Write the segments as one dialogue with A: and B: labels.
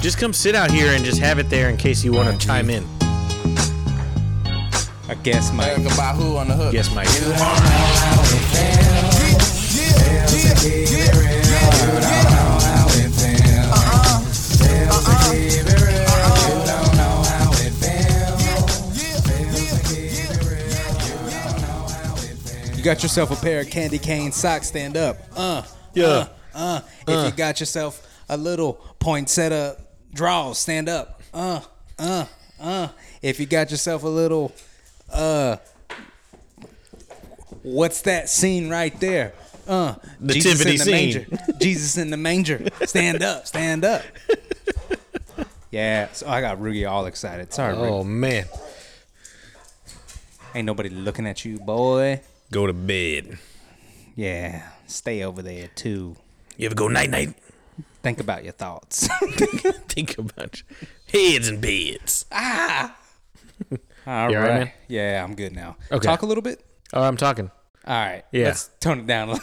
A: Just come sit out here and just have it there in case you want to chime in.
B: I guess my
C: Erica Bahu on the hook.
A: Yes, Mike.
B: You got yourself a pair of candy cane socks. Stand up. Uh.
A: Yeah.
B: Uh. uh. If you got yourself a little poinsettia draws, stand up. Uh. Uh. Uh. If you got yourself a little, uh. What's that scene right there? Uh.
A: Nativity scene.
B: manger. Jesus in the manger. Stand up. Stand up. Yeah. So I got Rugi all excited. Sorry,
A: Oh man,
B: Rugi. Ain't nobody looking at you, boy.
A: go to bed.
B: Yeah. Stay over there too.
A: You ever go night night?
B: Think about your thoughts.
A: Think about your heads and beds.
B: All right.
A: You all right, man?
B: Yeah, I'm good now.
A: Okay.
B: Talk a little bit.
A: Oh, I'm talking.
B: All right.
A: Yeah.
B: Let's tone it down a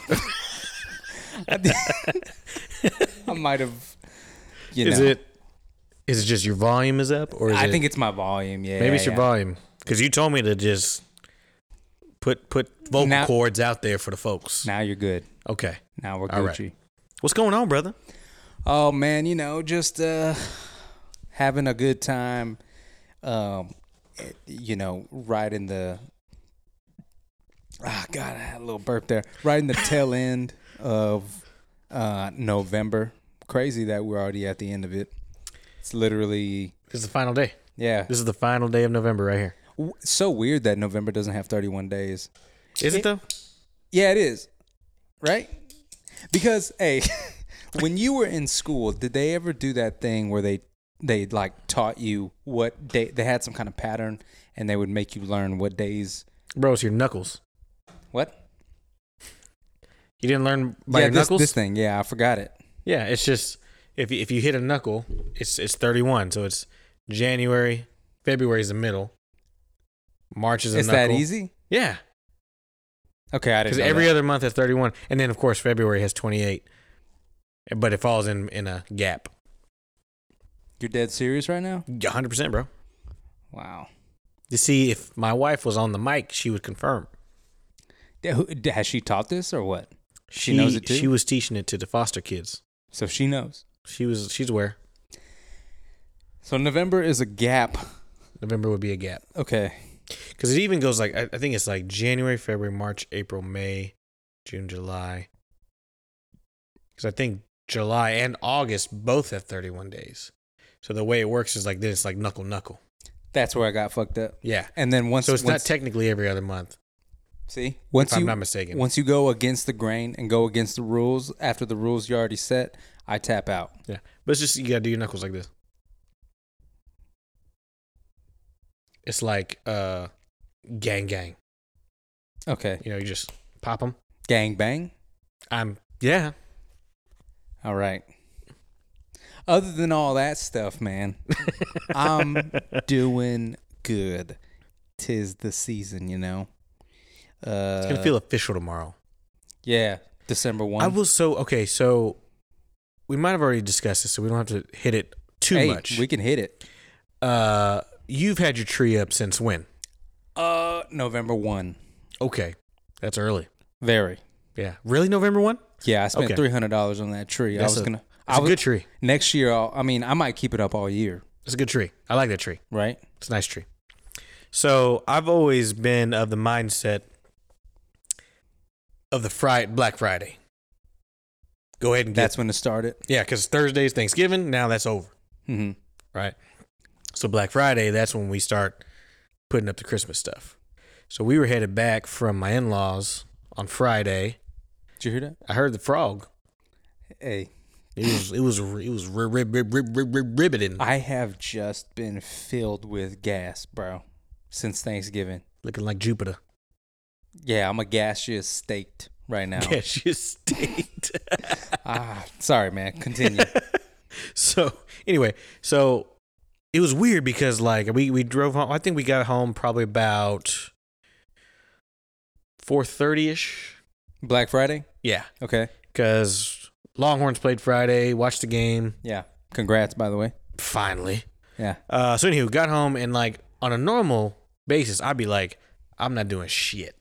B: little. I might have. You
A: Is
B: know,
A: it? Is it just your volume is up, or is
B: I
A: it-
B: think it's my volume. Yeah.
A: maybe it's your
B: yeah.
A: volume? Because you told me to just put put vocal
B: Now-
A: cords out there for the folks.
B: Now you're good.
A: okay,
B: Now we're
A: All right.
B: Gucci.
A: what's going on, brother?
B: Oh man, you know, just uh, having a good time. Um, it- you know, right in the. Ah, God, I had a little burp there. Right in the tail end of uh, November. Crazy that we're already at the end of it. It's literally
A: This is the final day.
B: yeah.
A: This is the final day of November right here.
B: W- so weird that November doesn't have 31 days.
A: Is it though?
B: Yeah, it is. Right? Because hey, when you were in school, did they ever do that thing where they they like taught you what day they had some kind of pattern and they would make you learn what days
A: Bro, it's your knuckles.
B: what?
A: You didn't learn by
B: yeah,
A: your
B: this,
A: knuckles.
B: this thing. Yeah, I forgot it.
A: Yeah, it's just if you- if you hit a knuckle, it's it's 31. So it's January, February is the middle, March is a
B: It's
A: knuckle.
B: that easy?
A: Yeah,
B: Okay, I didn't
A: because
B: know
A: every
B: that.
A: other month has 31, and then of course February has 28, but it falls in in a gap.
B: You're dead serious right now?
A: 100, percent bro.
B: Wow.
A: You see, if my wife was on the mic, she would confirm.
B: D- who- d- Has she taught this or what?
A: She,
B: knows it too?
A: She was teaching it to the foster kids.
B: So she knows.
A: She was she's aware.
B: So November is a gap.
A: November would be a gap.
B: Okay.
A: because it even goes like I, I think it's like January, February, March, April, May, June, July. Because I think July and August both have 31 days. So the way it works is like this, like knuckle knuckle.
B: That's where I got fucked up.
A: Yeah.
B: And then once
A: So it's
B: once,
A: not technically every other month.
B: See, once
A: I'm
B: you,
A: not mistaken.
B: once you go against the grain and go against the rules, after the rules you already set, I tap out.
A: Yeah, but it's just you gotta do your knuckles like this. It's like uh, gang gang.
B: Okay,
A: You know, you just pop them.
B: gang bang.
A: I'm yeah.
B: All right. Other than all that stuff, man, I'm doing good. Tis the season, you know. Uh,
A: It's gonna feel official tomorrow.
B: yeah, December one.
A: I was so okay. So we might have already discussed this, so we don't have to hit it too
B: Hey,
A: much.
B: We can hit it.
A: uh, you've had your tree up since when?
B: Uh, November one.
A: Okay, that's early.
B: Very.
A: Yeah, really, November one.
B: Yeah, I spent
A: Okay.
B: three hundred dollars on that tree.
A: That's
B: I was
A: a-
B: gonna.
A: It's
B: I
A: a
B: was
A: good tree.
B: next year. I'll, I mean, I might keep it up all year,
A: It's a good tree. I like that tree.
B: right?
A: It's a nice tree. So I've always been of the mindset of the Friday Black Friday. Go ahead and get
B: That's when it started.
A: yeah, because Thursday's Thanksgiving. Now that's over.
B: hmm
A: right? So Black Friday, that's when we start putting up the Christmas stuff. So we were headed back from my in-laws on Friday.
B: Did you hear that?
A: I heard the frog.
B: Hey,
A: It was it was it was rib, rib, rib, rib, rib, rib, ribbiting.
B: I have just been filled with gas, bro, since Thanksgiving.
A: looking like Jupiter.
B: Yeah, I'm a gaseous staked right now.
A: Yeah, she state.
B: ah, sorry, man. Continue.
A: so anyway, so it was weird because like we we drove home. I think we got home probably about four thirty ish.
B: Black Friday.
A: Yeah,
B: Okay.
A: because Longhorns played Friday. Watched the game.
B: Yeah. Congrats, by the way.
A: finally.
B: Yeah.
A: Uh, so anywho, got home and like on a normal basis, I'd be like, I'm not doing shit.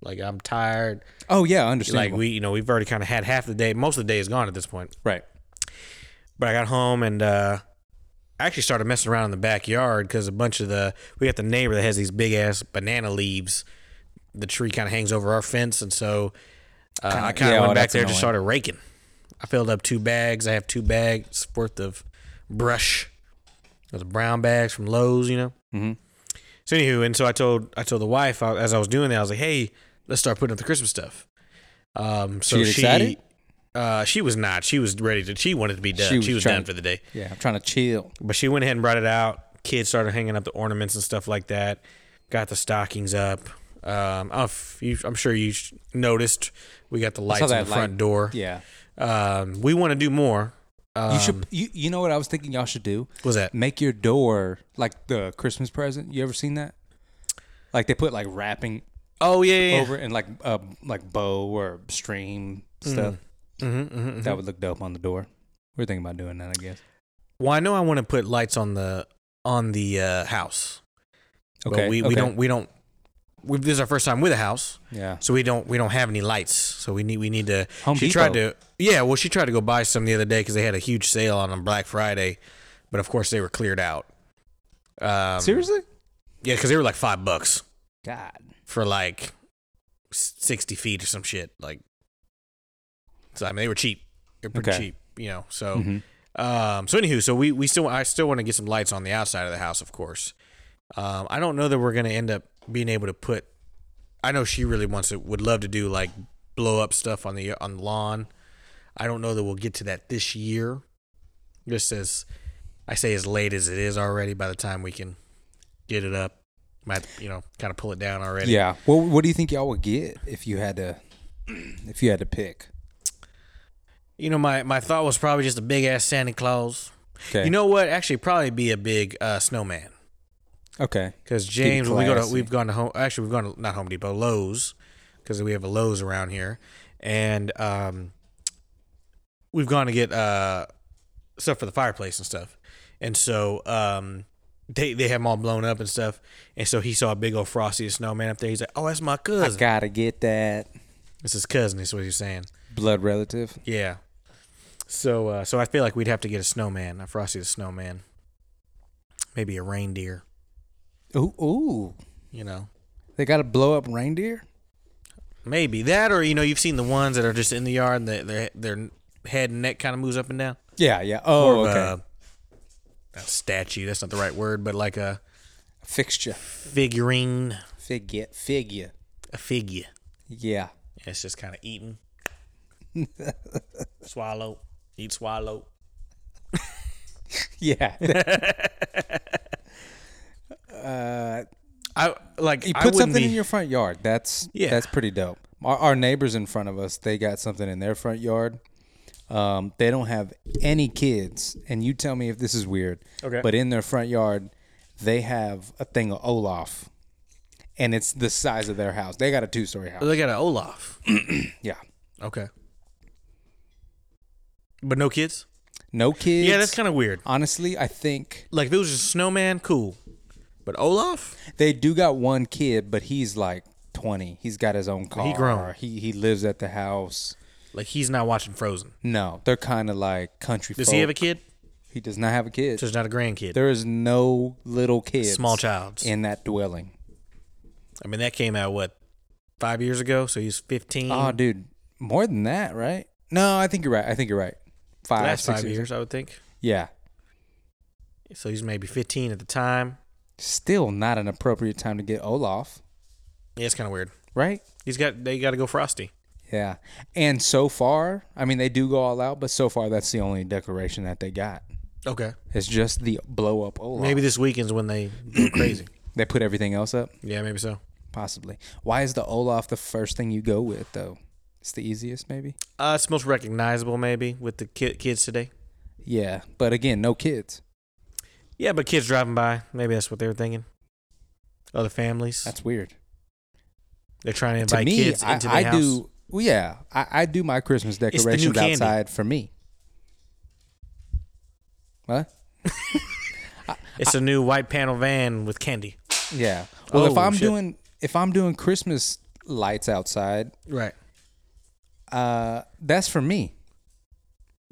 A: Like I'm tired.
B: Oh yeah,
A: Like
B: understandable.
A: we, you know, we've already kind of had half the day. Most of the day is gone at this point.
B: right.
A: But I got home and uh, I actually started messing around in the backyard because a bunch of the we got the neighbor that has these big ass banana leaves. The tree kind of hangs over our fence, and so uh, I kind of
B: yeah,
A: went
B: oh,
A: back
B: that's
A: there and
B: annoying.
A: just started raking. I filled up two bags. I have two bags worth of brush. Those are brown bags from Lowe's, you know.
B: Mhm.
A: So anywho, and so I told I told the wife I, as I was doing that I was like, "Hey, let's start putting up the Christmas stuff." Um, so
B: She
A: she,
B: get excited?
A: Uh, she was not. She was ready to. She wanted to be done.
B: She
A: She
B: was
A: was,
B: trying-
A: done for the day.
B: Yeah, I'm trying to chill.
A: But she went ahead and brought it out. Kids started hanging up the ornaments and stuff like that. Got the stockings up. Um, I don't know if you- I'm sure you sh- noticed we got the lights on the
B: that light.
A: front door.
B: Yeah.
A: Um, we want to do more. Um,
B: You should you, you know what I was thinking y'all should do?
A: What's that?
B: Make your door like the Christmas present. You ever seen that? Like they put like wrapping
A: Oh yeah, yeah, yeah.
B: over it and like uh, like bow or stream stuff.
A: mm-hmm,
B: That would look dope on the door. We're thinking about doing that, I guess.
A: Well, I know I want to put lights on the on the uh, house. Okay.
B: Okay,
A: But we,
B: okay.
A: we don't we don't. We, this is our first time with a house,
B: Yeah.
A: so we don't we don't have any lights. So we need we need to.
B: Home
A: she tried to. Yeah, well, she tried to go buy some the other day because they had a huge sale on on Black Friday, but of course they were cleared out. Um,
B: Seriously?
A: Yeah, because they were like five bucks
B: God.
A: for like s- sixty feet or some shit. Like, so I mean they were cheap. They're pretty
B: Okay.
A: cheap, you know. So. Um, so anywho, so we, we still I still want to get some lights on the outside of the house, of course. Um, I don't know that we're gonna end up being able to put. I know she really wants to would love to do like blow up stuff on the on the lawn. I don't know that we'll get to that this year. Just as I say, as late as it is already, by the time we can get it up, might you know kind of pull it down already.
B: Yeah. Well, what do you think y'all would get if you had to if you had to pick?
A: You know, my my thought was probably just a big ass Santa Claus.
B: Okay.
A: You know what? Actually, probably be a big uh, snowman.
B: Okay.
A: Because James, when we go to,
B: classy.
A: we've gone to home. Actually, we've gone to not Home Depot, Lowe's, because we have a Lowe's around here, and um, we've gone to get uh stuff for the fireplace and stuff, and so um, they they have them all blown up and stuff, and so he saw a big old frosty snowman up there. He's like, "Oh, that's my
B: I
A: cousin.
B: gotta get that
A: It's his cousin." Is what he's saying.
B: blood relative.
A: Yeah. So uh, so I feel like we'd have to get a snowman, a frosty the snowman, maybe a reindeer.
B: Ooh, ooh.
A: You know.
B: They gotta blow up reindeer.
A: Maybe that, or you know, you've seen the ones that are just in the yard and their their, their head and neck kind of moves up and down.
B: Yeah. Yeah. Oh,
A: Or,
B: okay.
A: uh, not statue. That's not the right word, but like a
B: Fixture.
A: figurine,
B: Figure. Figure.
A: a figure.
B: Yeah.
A: And it's just kind of eating, swallow, eat, swallow.
B: Yeah. uh,
A: I like.
B: you
A: I
B: put
A: wouldn't
B: something
A: be,
B: in your front yard. That's
A: Yeah.
B: that's pretty dope. Our, our neighbors in front of us, they got something in their front yard. Um, they don't have any kids, and you tell me if this is weird.
A: Okay.
B: But in their front yard, they have a thing of Olaf, and it's the size of their house. They got a two-story house.
A: Look at an Olaf. Uh.
B: Yeah.
A: Okay. But no kids.
B: No kids.
A: Yeah, that's kind of weird.
B: honestly. I think
A: Like if it was just a snowman, cool. But Olaf,
B: They do got one kid, but he's like twenty. He's got his own car.
A: He grown.
B: He he lives at the house.
A: like he's not watching Frozen.
B: No, they're kind of like country.
A: Does
B: folk.
A: he have a kid?
B: He does not have a kid.
A: So he's not a grandkid.
B: there is no little kids.
A: Small childs.
B: in that dwelling.
A: I mean, that came out what five years ago, so he's fifteen.
B: Oh, dude, more than that, right? No, I think you're right. I think you're right. Five,
A: last
B: six
A: five years, I would think.
B: Yeah,
A: So he's maybe fifteen at the time.
B: still not an appropriate time to get Olaf,
A: Yeah, it's kind of weird.
B: right?
A: He's got they got to go frosty.
B: Yeah, and so far, I mean, they do go all out, but so far, that's the only declaration that they got.
A: Okay,
B: It's just the blow up Olaf.
A: maybe this weekend's when they go crazy.
B: They put everything else up,
A: Yeah, maybe so.
B: possibly. Why is the Olaf the first thing you go with, though? It's the easiest, maybe.
A: Uh, it's most recognizable maybe with the ki- kids today.
B: Yeah, but again, no kids.
A: Yeah, but kids driving by, maybe that's what they were thinking. Other families,
B: That's weird.
A: they're trying to
B: To
A: invite
B: me,
A: kids
B: I,
A: into the
B: I
A: house.
B: do. Well, yeah, I, I do my Christmas
A: the new
B: decorations
A: candy.
B: outside for me. What?
A: It's a new white panel van with candy.
B: Yeah. Well, if
A: Oh,
B: I'm
A: shit.
B: doing if I'm doing Christmas lights outside,
A: Right.
B: uh, that's for me.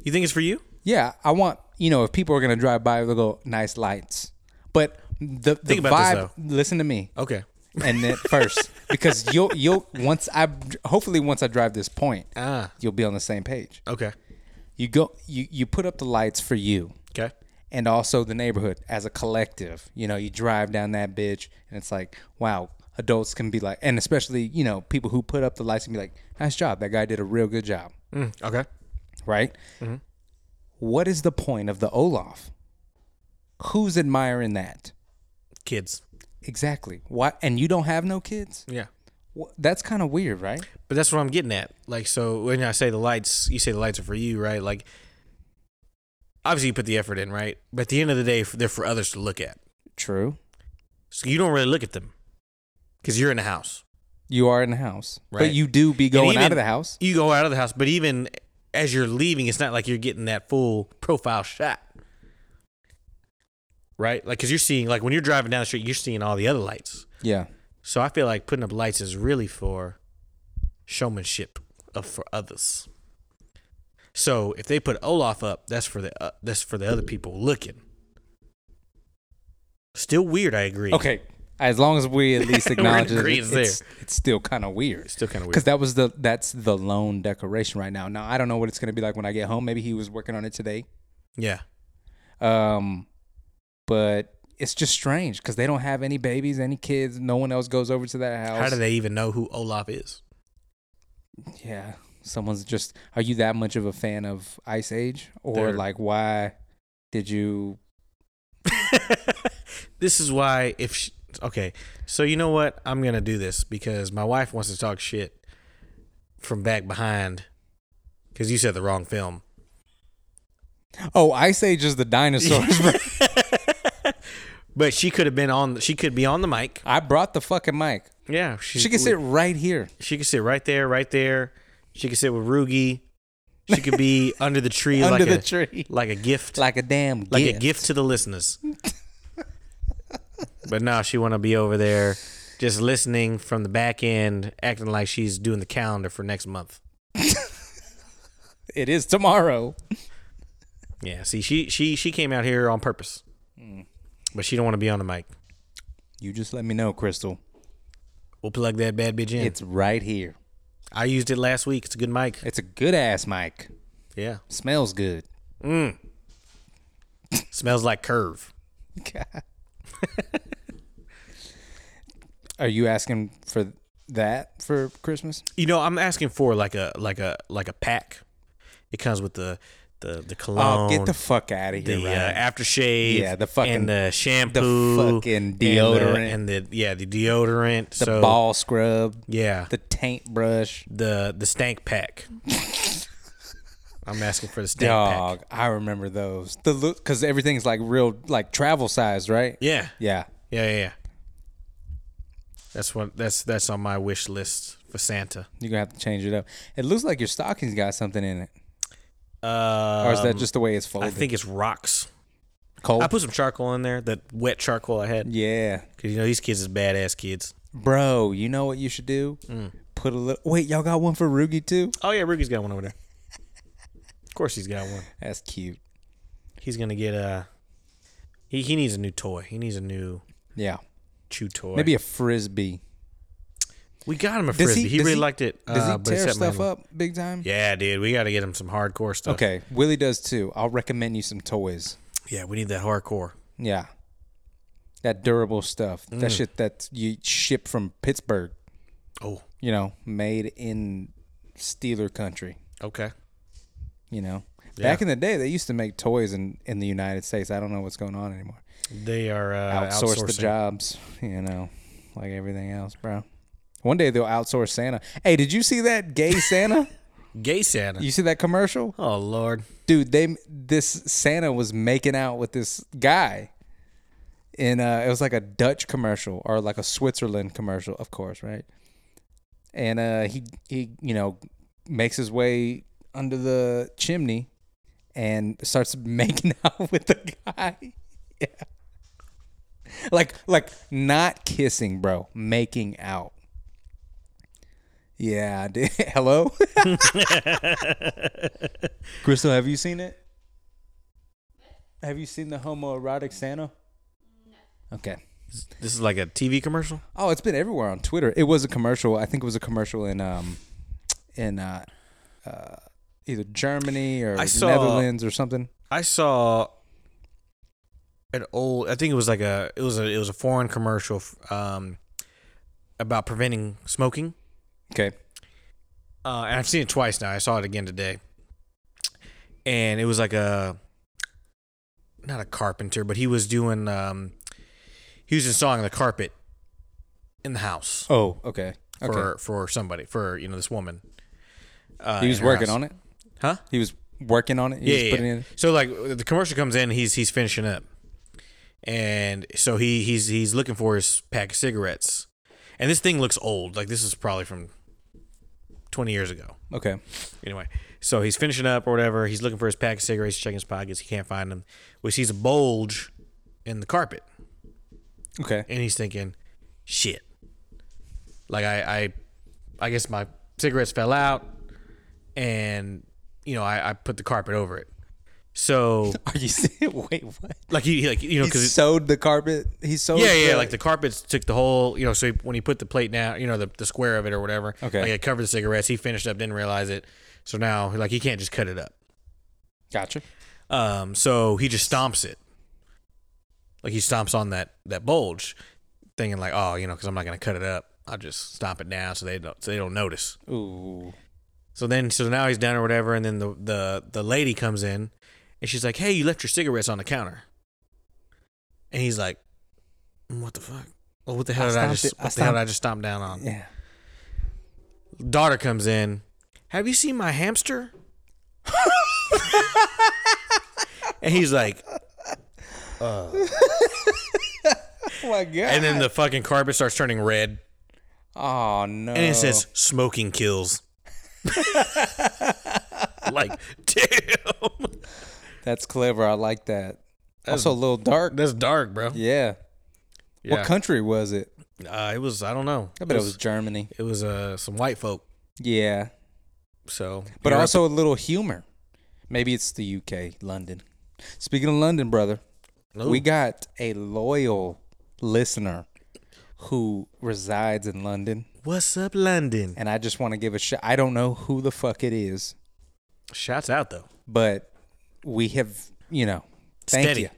A: You think it's for you?
B: Yeah, I want you know if people are gonna drive by, they'll go nice lights. But the the
A: Think about this,
B: vibe. listen to me,
A: Okay.
B: and then first because you'll you'll once I hopefully once I drive this point,
A: Ah.
B: you'll be on the same page.
A: Okay.
B: You go you you put up the lights for you.
A: Okay.
B: and also the neighborhood as a collective. You know, you drive down that bitch, and it's like, wow, adults can be like, and especially you know people who put up the lights can be like, nice job, that guy did a real good job,
A: Mm, okay.
B: right?
A: Mm-hmm.
B: What is the point of the Olaf? Who's admiring that
A: Kids.
B: exactly? What? And you don't have no kids?
A: Yeah.
B: Wha- That's kind of weird, right?
A: But that's what I'm getting at. Like, so when I say the lights, you say the lights are for you, right? Like, obviously you put the effort in, right? But at the end of the day, they're for others to look at.
B: True.
A: So you don't really look at them because you're in the house.
B: You are in the house,
A: Right.
B: but you do be going out
A: even-
B: of the house.
A: You go out of the house, but even as you're leaving, it's not like you're getting that full profile shot. Right? Like, because you're seeing, like, when you're driving down the street, you're seeing all the other lights.
B: Yeah.
A: So I feel like putting up lights is really for showmanship of for others. So if they put Olaf up, that's for the uh, that's for the other people looking. Still weird, I agree.
B: Okay. As long as we at least
A: We're in
B: acknowledge it,
A: agreement
B: it's, it's, still kind of weird.
A: Still kind of
B: Because
A: weird.
B: that was the that's the lone decoration right now. Now I don't know what it's gonna be like when I get home. Maybe he was working on it today.
A: Yeah.
B: Um, but it's just strange because they don't have any babies, any kids. No one else goes over to that house.
A: How do they even know who Olaf is?
B: yeah, someone's just. Are you that much of a fan of Ice Age, or
A: They're-
B: like why did you?
A: this is why if she, okay, so you know what? I'm gonna do this because my wife wants to talk shit from back behind because you said the wrong film.
B: Oh, Ice Age is the dinosaurs. bro.
A: But she could have been on. She could be on the mic.
B: I brought the fucking mic.
A: Yeah, she,
B: She can sit right here.
A: She could sit right there, right there. She could sit with Rugi. She could be under the tree,
B: Under
A: like
B: the
A: a
B: tree.
A: like a gift, like,
B: Like a damn gift.
A: a gift to the listeners. but now she want to be over there, just listening from the back end, acting like she's doing the calendar for next month.
B: It is tomorrow.
A: Yeah, see, she she she came out here on purpose, but she don't want to be on the mic.
B: You just let me know, Crystal.
A: We'll plug that bad bitch in.
B: It's right here.
A: I used it last week. It's a good mic.
B: It's a good ass mic.
A: Yeah,
B: Smells good.
A: smells like curve.
B: Are you asking for that for Christmas?
A: You know, I'm asking for like a like a like a pack. It comes with the the the
B: Oh,
A: cologne,
B: get the fuck out of
A: the
B: here,
A: uh,
B: Ryan.
A: aftershave,
B: Yeah, the fucking-
A: and the shampoo,
B: fucking
A: and the-
B: deodorant.
A: and the, yeah the deodorant,
B: the
A: so
B: ball scrub,
A: yeah
B: the taint brush.
A: the the stank pack. I'm asking for the stank pack.
B: Dog, I remember those. The look, because everything's like real, like travel size, right?
A: Yeah,
B: Yeah.
A: yeah, yeah. yeah. That's what that's that's on my wish list for Santa.
B: You're gonna have to change it up. It looks like your stocking's got something in it,
A: Uh,
B: or is that just the way it's folded?
A: I think it's rocks.
B: cold.
A: I put some charcoal in there, that wet charcoal I had.
B: yeah,
A: Cause you know these kids is badass kids.
B: bro. You know what you should do?
A: Mm.
B: Put a little. Wait, y'all got one for Rugi too?
A: Oh yeah, Rugi's got one over there. Of course he's got one.
B: That's cute.
A: He's gonna get a. He he needs a new toy. He needs a new
B: Yeah.
A: chew toy.
B: Maybe a frisbee.
A: we got him a
B: Does
A: frisbee.
B: he-
A: He,
B: does
A: really
B: he-
A: liked it.
B: Does
A: uh,
B: he
A: but it's
B: tear
A: at my
B: stuff
A: hand.
B: up big time?
A: Yeah, dude, we got to get him some hardcore stuff.
B: Okay, Willie does too. I'll recommend you some toys.
A: Yeah, we need that hardcore.
B: Yeah, that durable stuff. That
A: Mm.
B: shit that you ship from Pittsburgh.
A: Oh,
B: You know, made in Steeler country.
A: okay.
B: You know, back in the day, they used to make toys in in the United States. I don't know what's going on anymore.
A: They are uh,
B: Outsource
A: outsourcing.
B: the jobs. You know, like everything else, bro. One day they'll outsource Santa. Hey, did you see that gay Santa?
A: Gay Santa.
B: You see that commercial?
A: oh Lord.
B: dude they this santa was making out with this guy and uh it was like a dutch commercial or like a switzerland commercial of course right and uh he he you know makes his way under the chimney and starts making out with the guy like like not kissing, bro. Making out. Yeah, I did. Hello, Crystal. Have you seen it? Have you seen the homoerotic Santa? Okay.
A: This is like a TV commercial.
B: Oh, it's been everywhere on Twitter. It was a commercial. I think it was a commercial in um in uh, uh either Germany or
A: I saw-
B: Netherlands or something.
A: I saw an old. I think it was like a. It was a. It was a foreign commercial f- um, about preventing smoking.
B: Okay.
A: uh, and I've seen it twice now. I saw it again today, and it was like a not a carpenter, but he was doing um, he was installing the carpet in the house
B: Oh, okay. Okay.
A: for for somebody for you know this woman. Uh,
B: he was working on it.
A: huh?
B: He was working on it. He
A: Yeah,
B: was
A: yeah,
B: putting
A: yeah.
B: in.
A: So like the commercial comes in, he's he's finishing up, and so he he's he's looking for his pack of cigarettes, and this thing looks old. Like this is probably from twenty years ago.
B: Okay.
A: Anyway, so he's finishing up or whatever. He's looking for his pack of cigarettes, checking his pockets. He can't find them. We sees a bulge in the carpet,
B: Okay.
A: and he's thinking, "Shit! Like I, I, I guess my cigarettes fell out, and you know I, I put the carpet over it. So
B: Are you saying? Wait, what?
A: like he, like you know,
B: He
A: because
B: sewed the carpet. He sewed.
A: yeah, yeah, like the carpets took the whole, you know. So he, when he put the plate down, you know, the, the square of it or whatever,
B: Okay.
A: like it covered the cigarettes. He finished up, didn't realize it. So now, like, he can't just cut it up.
B: Gotcha.
A: Um, so he just stomps it, like he stomps on that that bulge, thinking like, oh, you know, because I'm not gonna cut it up. I'll just stomp it down so they don't so they don't notice.
B: Ooh.
A: So then, so now he's done or whatever, and then the the the lady comes in, and she's like, hey, you left your cigarettes on the counter, and he's like, "Mm, what the fuck? Well, what the hell
B: I
A: did I
B: stomped
A: just
B: it. I
A: what the hell did I
B: stomped-
A: just stomp down on?
B: Yeah.
A: Daughter comes in. Have you seen my hamster? and he's like,
B: Oh my god.
A: and then the fucking carpet starts turning red.
B: oh no.
A: and it says smoking kills. like, damn,
B: that's clever. I like that. also a little dark.
A: that's dark, bro.
B: Yeah.
A: Yeah.
B: What country was it?
A: Uh, it was I don't know.
B: I bet it was Germany.
A: It was uh, some white folk.
B: Yeah.
A: So,
B: But
A: Europe-
B: also a little humor. Maybe it's the UK, London. Speaking of London, brother,
A: Ooh.
B: we got a loyal listener who resides in London.
A: what's up, London?
B: And I just want to give a shout. I don't know who the fuck it is,
A: Shouts out though.
B: but we have, you know, thank
A: Steady.
B: you.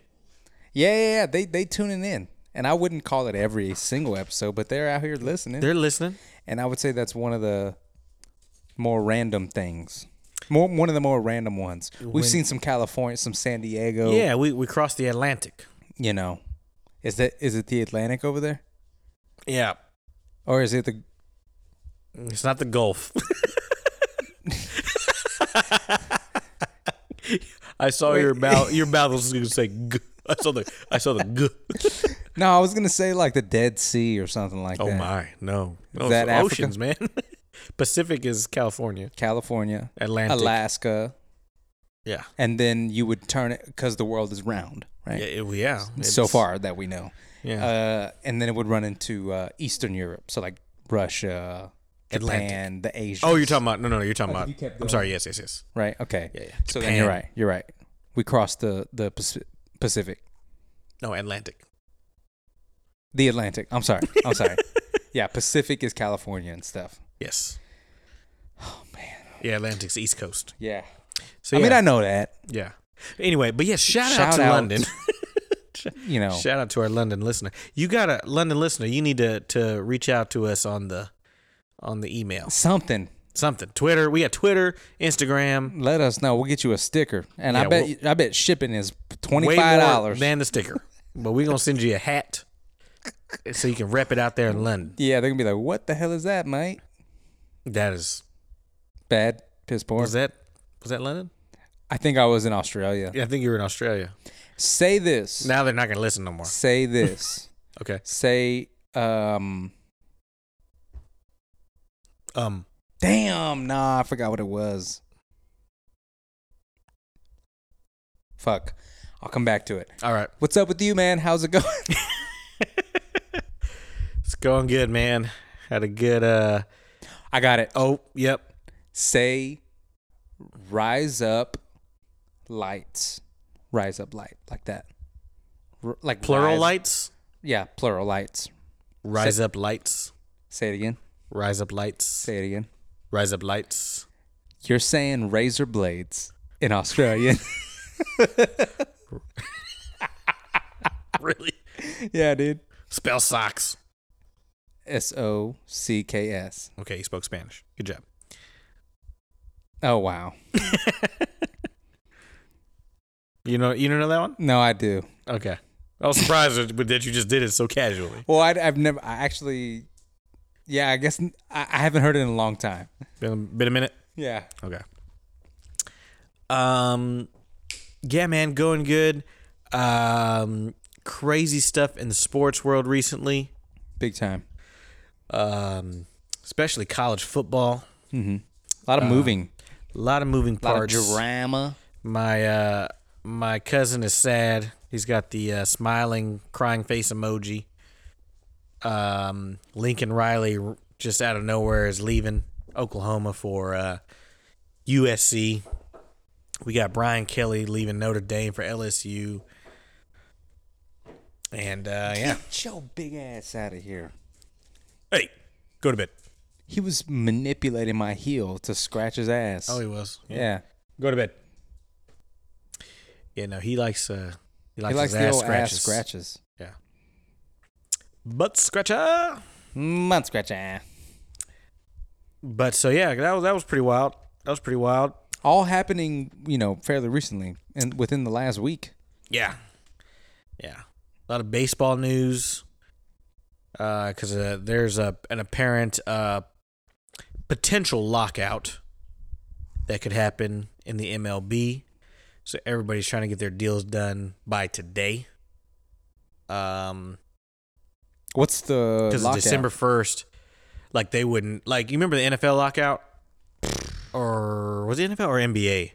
B: Yeah, yeah, yeah. They, they tuning in. And I wouldn't call it every single episode, but they're out here listening.
A: They're listening.
B: and I would say that's one of the more random things. More one of the more random ones. We've seen some California, some San Diego.
A: Yeah, we we crossed the Atlantic.
B: You know, is that is it the Atlantic over there,
A: Yeah,
B: or is it the?
A: it's not the Gulf. I saw your mouth. Your mouth was going to say. G. I saw the. I saw the. G.
B: No, I was gonna say like the Dead Sea or something like
A: Oh
B: that.
A: my, no. No,
B: that
A: it's
B: Africa?
A: oceans, man. Pacific is California.
B: California,
A: Atlantic.
B: Alaska,
A: Yeah.
B: and then you would turn it because the world is round, right?
A: Yeah, it- yeah.
B: so
A: it's-
B: far that we know.
A: Yeah.
B: Uh, and then it would run into uh, Eastern Europe, so like Russia,
A: Atlantic.
B: Japan, the Asia.
A: oh, you're talking about No, no, no, you're talking
B: I
A: about
B: think you kept
A: I'm sorry, yes, yes, yes.
B: right? Okay.
A: Yeah, yeah.
B: So then you're
A: Japan.
B: right. You're right. We crossed the the Paci- Pacific,
A: No, Atlantic.
B: the Atlantic. I'm sorry. I'm sorry. yeah, Pacific is California and stuff.
A: Yes. Oh man. Yeah, Atlantic's East Coast.
B: Yeah.
A: So
B: I mean,
A: yeah,
B: I know that.
A: yeah. Anyway, but yes, shout, out
B: Shout
A: to
B: out. Oh.
A: London.
B: You know.
A: shout out to our London listener. You got a London listener, you need to to reach out to us on the on the email.
B: Something.
A: Something. Twitter. We got Twitter, Instagram.
B: Let us know. We'll get you a sticker, and I
A: Yeah,
B: bet
A: we'll-
B: you- I bet shipping is twenty
A: way
B: five
A: more
B: dollars.
A: than the sticker. But we're gonna send you a hat so you can rep it out there in London.
B: Yeah, they're gonna be like, "What the hell is that, mate?
A: That is
B: Bad piss poor."
A: was that was that London?
B: I think I was in Australia.
A: Yeah, I think you were in Australia.
B: Say this.
A: Now they're not gonna listen no more.
B: Say this.
A: Okay.
B: Say um.
A: Um
B: Damn, nah, I forgot what it was. Fuck. I'll come back to it.
A: all right.
B: What's up with you, man? How's it going?
A: It's going good, man. Had a good uh
B: I got it.
A: oh, yep.
B: Say, rise up, lights. Rise up, light, like that. R- like
A: Plural
B: rise-
A: lights.
B: Yeah, plural lights.
A: Rise up lights.
B: Say it again.
A: Rise up lights.
B: Say it again.
A: Rise up lights.
B: You're saying razor blades in Australian.
A: really?
B: yeah, dude.
A: Spell socks.
B: S O C K S.
A: Okay, you spoke Spanish. Good job.
B: Oh wow.
A: You know you don't know that one?
B: No, I do.
A: Okay. I was surprised that that you just did it so casually.
B: Well, I, have never. I actually. Yeah, I guess n- I, I haven't heard it in a long time.
A: Been a, been a minute.
B: Yeah.
A: Okay. Um, yeah, man, going good. Um, crazy stuff in the sports world recently.
B: Big time.
A: Um, especially college football.
B: A lot of moving.
A: Uh, A lot of moving
B: A lot of
A: parts.
B: drama.
A: my uh, my cousin is sad. He's got the uh, smiling, crying face emoji. Um, Lincoln Riley r- just out of nowhere is leaving Oklahoma for uh, USC. We got Brian Kelly leaving Notre Dame for LSU. And uh, yeah,
B: Get your big ass out of here.
A: hey, go to bed.
B: He was manipulating my heel to scratch his ass.
A: Oh, he was. Yeah,
B: yeah.
A: go to bed. Yeah, no, he likes uh, he likes,
B: He likes
A: his
B: the
A: ass
B: old
A: scratches.
B: ass scratches.
A: Yeah. Butt scratcher.
B: Mud scratcher.
A: But so yeah, that was that was pretty wild. That was pretty wild.
B: All happening, you know, fairly recently and within the last week.
A: Yeah. Yeah. A lot of baseball news. Uh, because uh, there's a an apparent uh potential lockout that could happen in the MLB. So everybody's trying to get their deals done by today. Um,
B: What's the
A: because
B: lockout?
A: December first, like they wouldn't like you remember the NFL lockout, or was it NFL or NBA?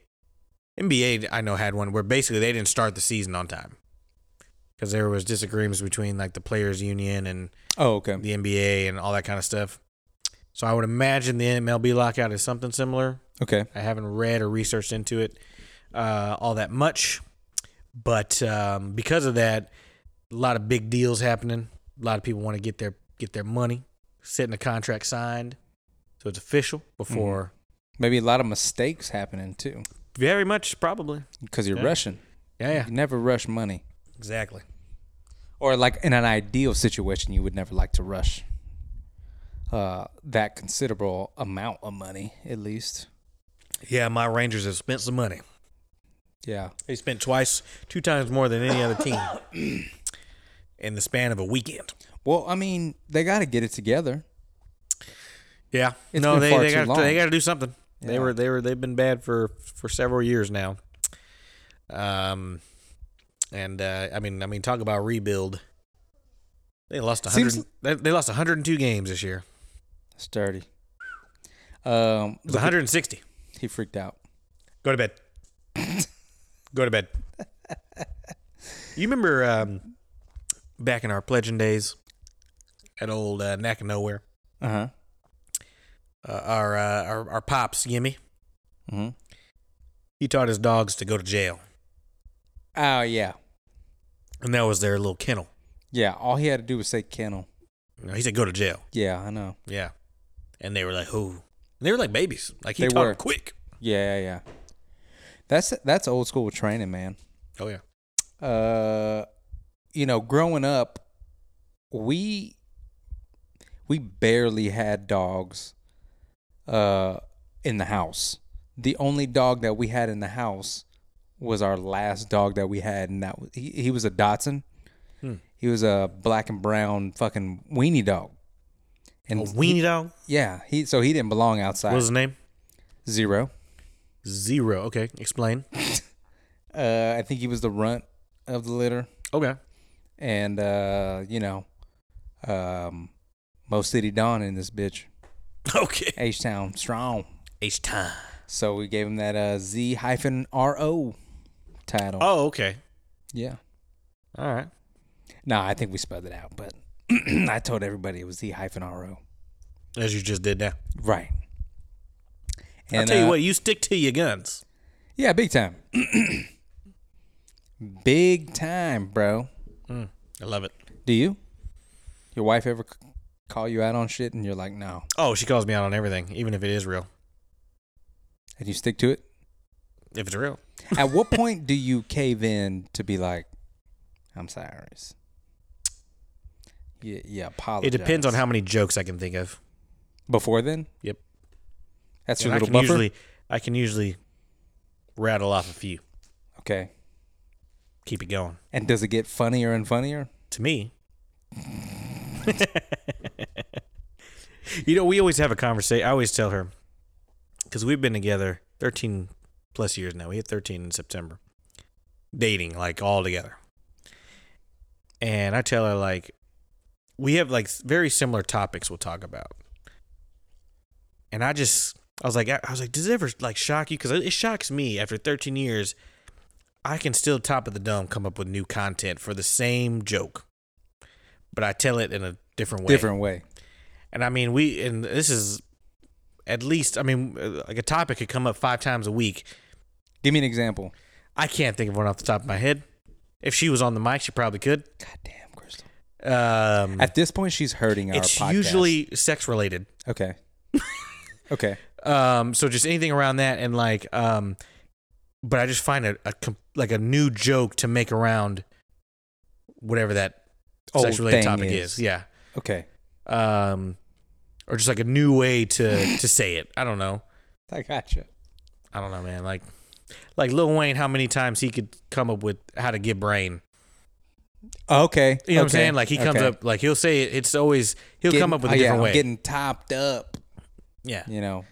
A: NBA I know had one where basically they didn't start the season on time because there was disagreements between like the players union and
B: Oh, okay.
A: the NBA and all that kind of stuff. So I would imagine the MLB lockout is something similar.
B: Okay.
A: I haven't read or researched into it uh, all that much, but um, because of that, a lot of big deals happening. A lot of people want to get their get their money, sitting a contract signed, so it's official before.
B: Maybe a lot of mistakes happening too
A: Mm-hmm. Very much probably.
B: because you're
A: Yeah.
B: rushing.
A: Yeah, yeah,
B: You never rush money.
A: exactly.
B: Or like in an ideal situation, you would never like to rush uh, that considerable amount of money, at least.
A: Yeah, my Rangers have spent some money.
B: Yeah.
A: They spent twice, two times more than any other team in the span of a weekend.
B: Well, I mean, they got to get it together.
A: Yeah,
B: It's
A: no,
B: been
A: they
B: far
A: they
B: too
A: got
B: long.
A: they got to do something. They
B: Yeah.
A: were they were they've been bad for for several years now. Um, and uh, I mean I mean talk about rebuild. They lost a hundred.
B: Seems-
A: They, they lost 102 games this year.
B: It's dirty. Um,
A: It was 160.
B: he freaked out.
A: Go to bed. Go to bed. You remember um, back in our pledging days at old uh, Knack of Nowhere,
B: Uh huh.
A: uh, our, uh, our our pops Yimmy,
B: hmm
A: he taught his dogs to go to jail,
B: Oh, yeah.
A: and that was their little kennel.
B: Yeah. All he had to do was say kennel.
A: No, he said go to jail.
B: Yeah, I know.
A: Yeah. And they were like, who? And they were like babies. Like he
B: They
A: taught
B: were.
A: them quick.
B: Yeah, yeah, yeah. That's that's old school training, man.
A: Oh yeah.
B: uh you know growing up we we barely had dogs uh in the house the only dog that we had in the house was our last dog that we had and that was, he, he was a dotson
A: Hmm.
B: he was a black and brown fucking weenie dog and
A: A weenie dog.
B: yeah he so he didn't belong outside
A: What was his name?
B: zero
A: Zero. Okay. Explain.
B: uh i think he was the runt of the litter
A: Okay.
B: and uh, you know, um, Mo City Dawn in this bitch,
A: Okay.
B: H Town strong.
A: H time.
B: So we gave him that uh, Z hyphen R O title.
A: Oh, okay.
B: Yeah,
A: All right.
B: No, I think we spelled it out, but I told everybody it was the hyphen RO.
A: as you just did now.
B: Right. uh,
A: I'll tell you what, you stick to your guns.
B: Yeah, big time. big time, bro.
A: I love it.
B: Do you? Your wife ever c- call you out on shit and you're like, no,
A: Oh, she calls me out on everything, even if it is real.
B: and you stick to it?
A: If it's real.
B: At what point do you cave in to be like, I'm sorry? Yeah, yeah, apologize.
A: It depends on how many jokes I can think of.
B: Before then,
A: Yep.
B: that's your
A: And I
B: little
A: can
B: buffer.
A: usually I can usually rattle off a few.
B: okay.
A: Keep it going.
B: And does it get funnier and funnier?
A: To me. you know, we always have a conversation. I always tell her cuz we've been together 13 plus years now. We hit 13 in September. Dating like all together. And I tell her like we have like very similar topics we'll talk about. And I just I was like I I was like does it ever like shock you cuz it shocks me after 13 years I can still top of the dome come up with new content for the same joke. But I tell it in a different way.
B: Different way.
A: And I mean, we and this is at least I mean, uh, like a topic could come up five times a week.
B: Give me an example.
A: I can't think of one off the top of my head. If she was on the mic, she probably could.
B: God damn, Crystal.
A: Um,
B: At this point, she's hurting our
A: it's
B: podcast.
A: usually sex related.
B: okay. okay.
A: Um, so just anything around that, and like, um, but I just find a, a com- like a new joke to make around whatever that
B: Old
A: sex related
B: thing
A: topic
B: is.
A: is. Yeah.
B: Okay.
A: um, or just like a new way to to say it. I don't know.
B: I gotcha.
A: I don't know, man. Like like Lil Wayne, how many times he could come up with how to get brain?
B: Okay.
A: You know what I'm
B: okay,
A: saying? Like he comes
B: okay.
A: up, like he'll say it, it's always he'll
B: Getting-
A: come up with
B: oh,
A: a
B: yeah,
A: different
B: I'm
A: way.
B: Getting topped up,
A: yeah,
B: you know,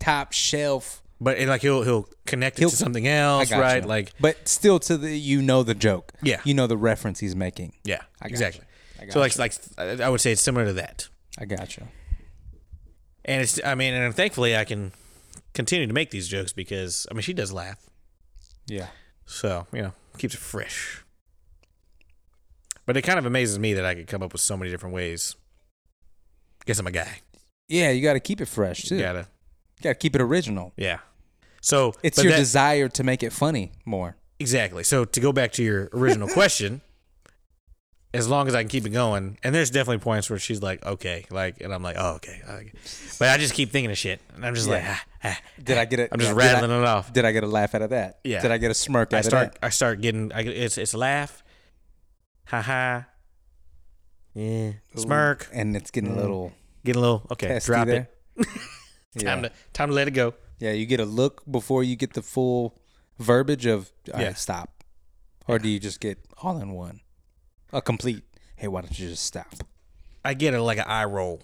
B: top shelf.
A: but and like he'll he'll connect it
B: He'll-
A: to something
B: I
A: else,
B: gotcha.
A: right? Like
B: but still to the you know the joke.
A: Yeah.
B: you know the reference he's making.
A: yeah,
B: I gotcha.
A: exactly.
B: I
A: So like like I I would say it's similar to that,
B: I gotcha.
A: and it's I mean, and thankfully I can continue to make these jokes because I mean she does laugh.
B: Yeah,
A: So, you know, keeps it fresh. But it kind of amazes me that I could come up with so many different ways. Guess I'm a guy.
B: yeah. You got to keep it fresh too.
A: Gotta,
B: You got to keep it original.
A: yeah. So
B: It's
A: but
B: your
A: that-
B: desire to make it funny more.
A: exactly. So to go back to your original question, as long as I can keep it going, and there's definitely points where she's like, "Okay," like, and I'm like, "Oh, okay." okay. But I just keep thinking of shit, and I'm just like,
B: Yeah.
A: ah, ah.
B: Did I get it?
A: I'm just
B: did
A: rattling
B: I,
A: it off.
B: Did I get a laugh out of that?
A: Yeah.
B: Did I get a smirk out
A: I
B: of
A: start,
B: that?
A: I start getting, I, it's it's laugh, ha ha, yeah, smirk,
B: And it's getting a little
A: Get a little okay.
B: testy
A: Mm. drop
B: there.
A: it.
B: yeah.
A: Time to time to let it go.
B: yeah, you get a look before you get the full verbiage of all
A: Yeah.
B: right, stop, or do you just get all in one, a complete? Hey, why don't you just stop?
A: I get a like an eye roll.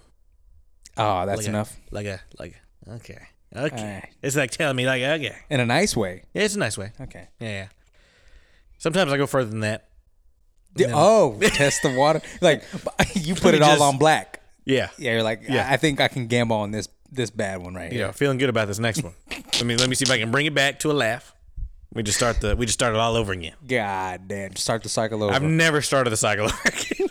B: Oh, that's
A: Like
B: enough.
A: A, like a like a, okay okay.
B: Alright.
A: It's like telling me like okay.
B: In a nice way.
A: Yeah, it's a nice way.
B: Okay.
A: Yeah. yeah. Sometimes I go further than that.
B: The- Oh, test the water. Like you put
A: me
B: it all
A: just-
B: on black.
A: Yeah.
B: Yeah, you're like,
A: Yeah.
B: I-, I think I can gamble on this this bad one right
A: You
B: here.
A: know, feeling good about this next one. let me let me see if I can bring it back to a laugh. We just start the we just start it all over again.
B: God damn. Start the cycle over.
A: I've never started the cycle over again.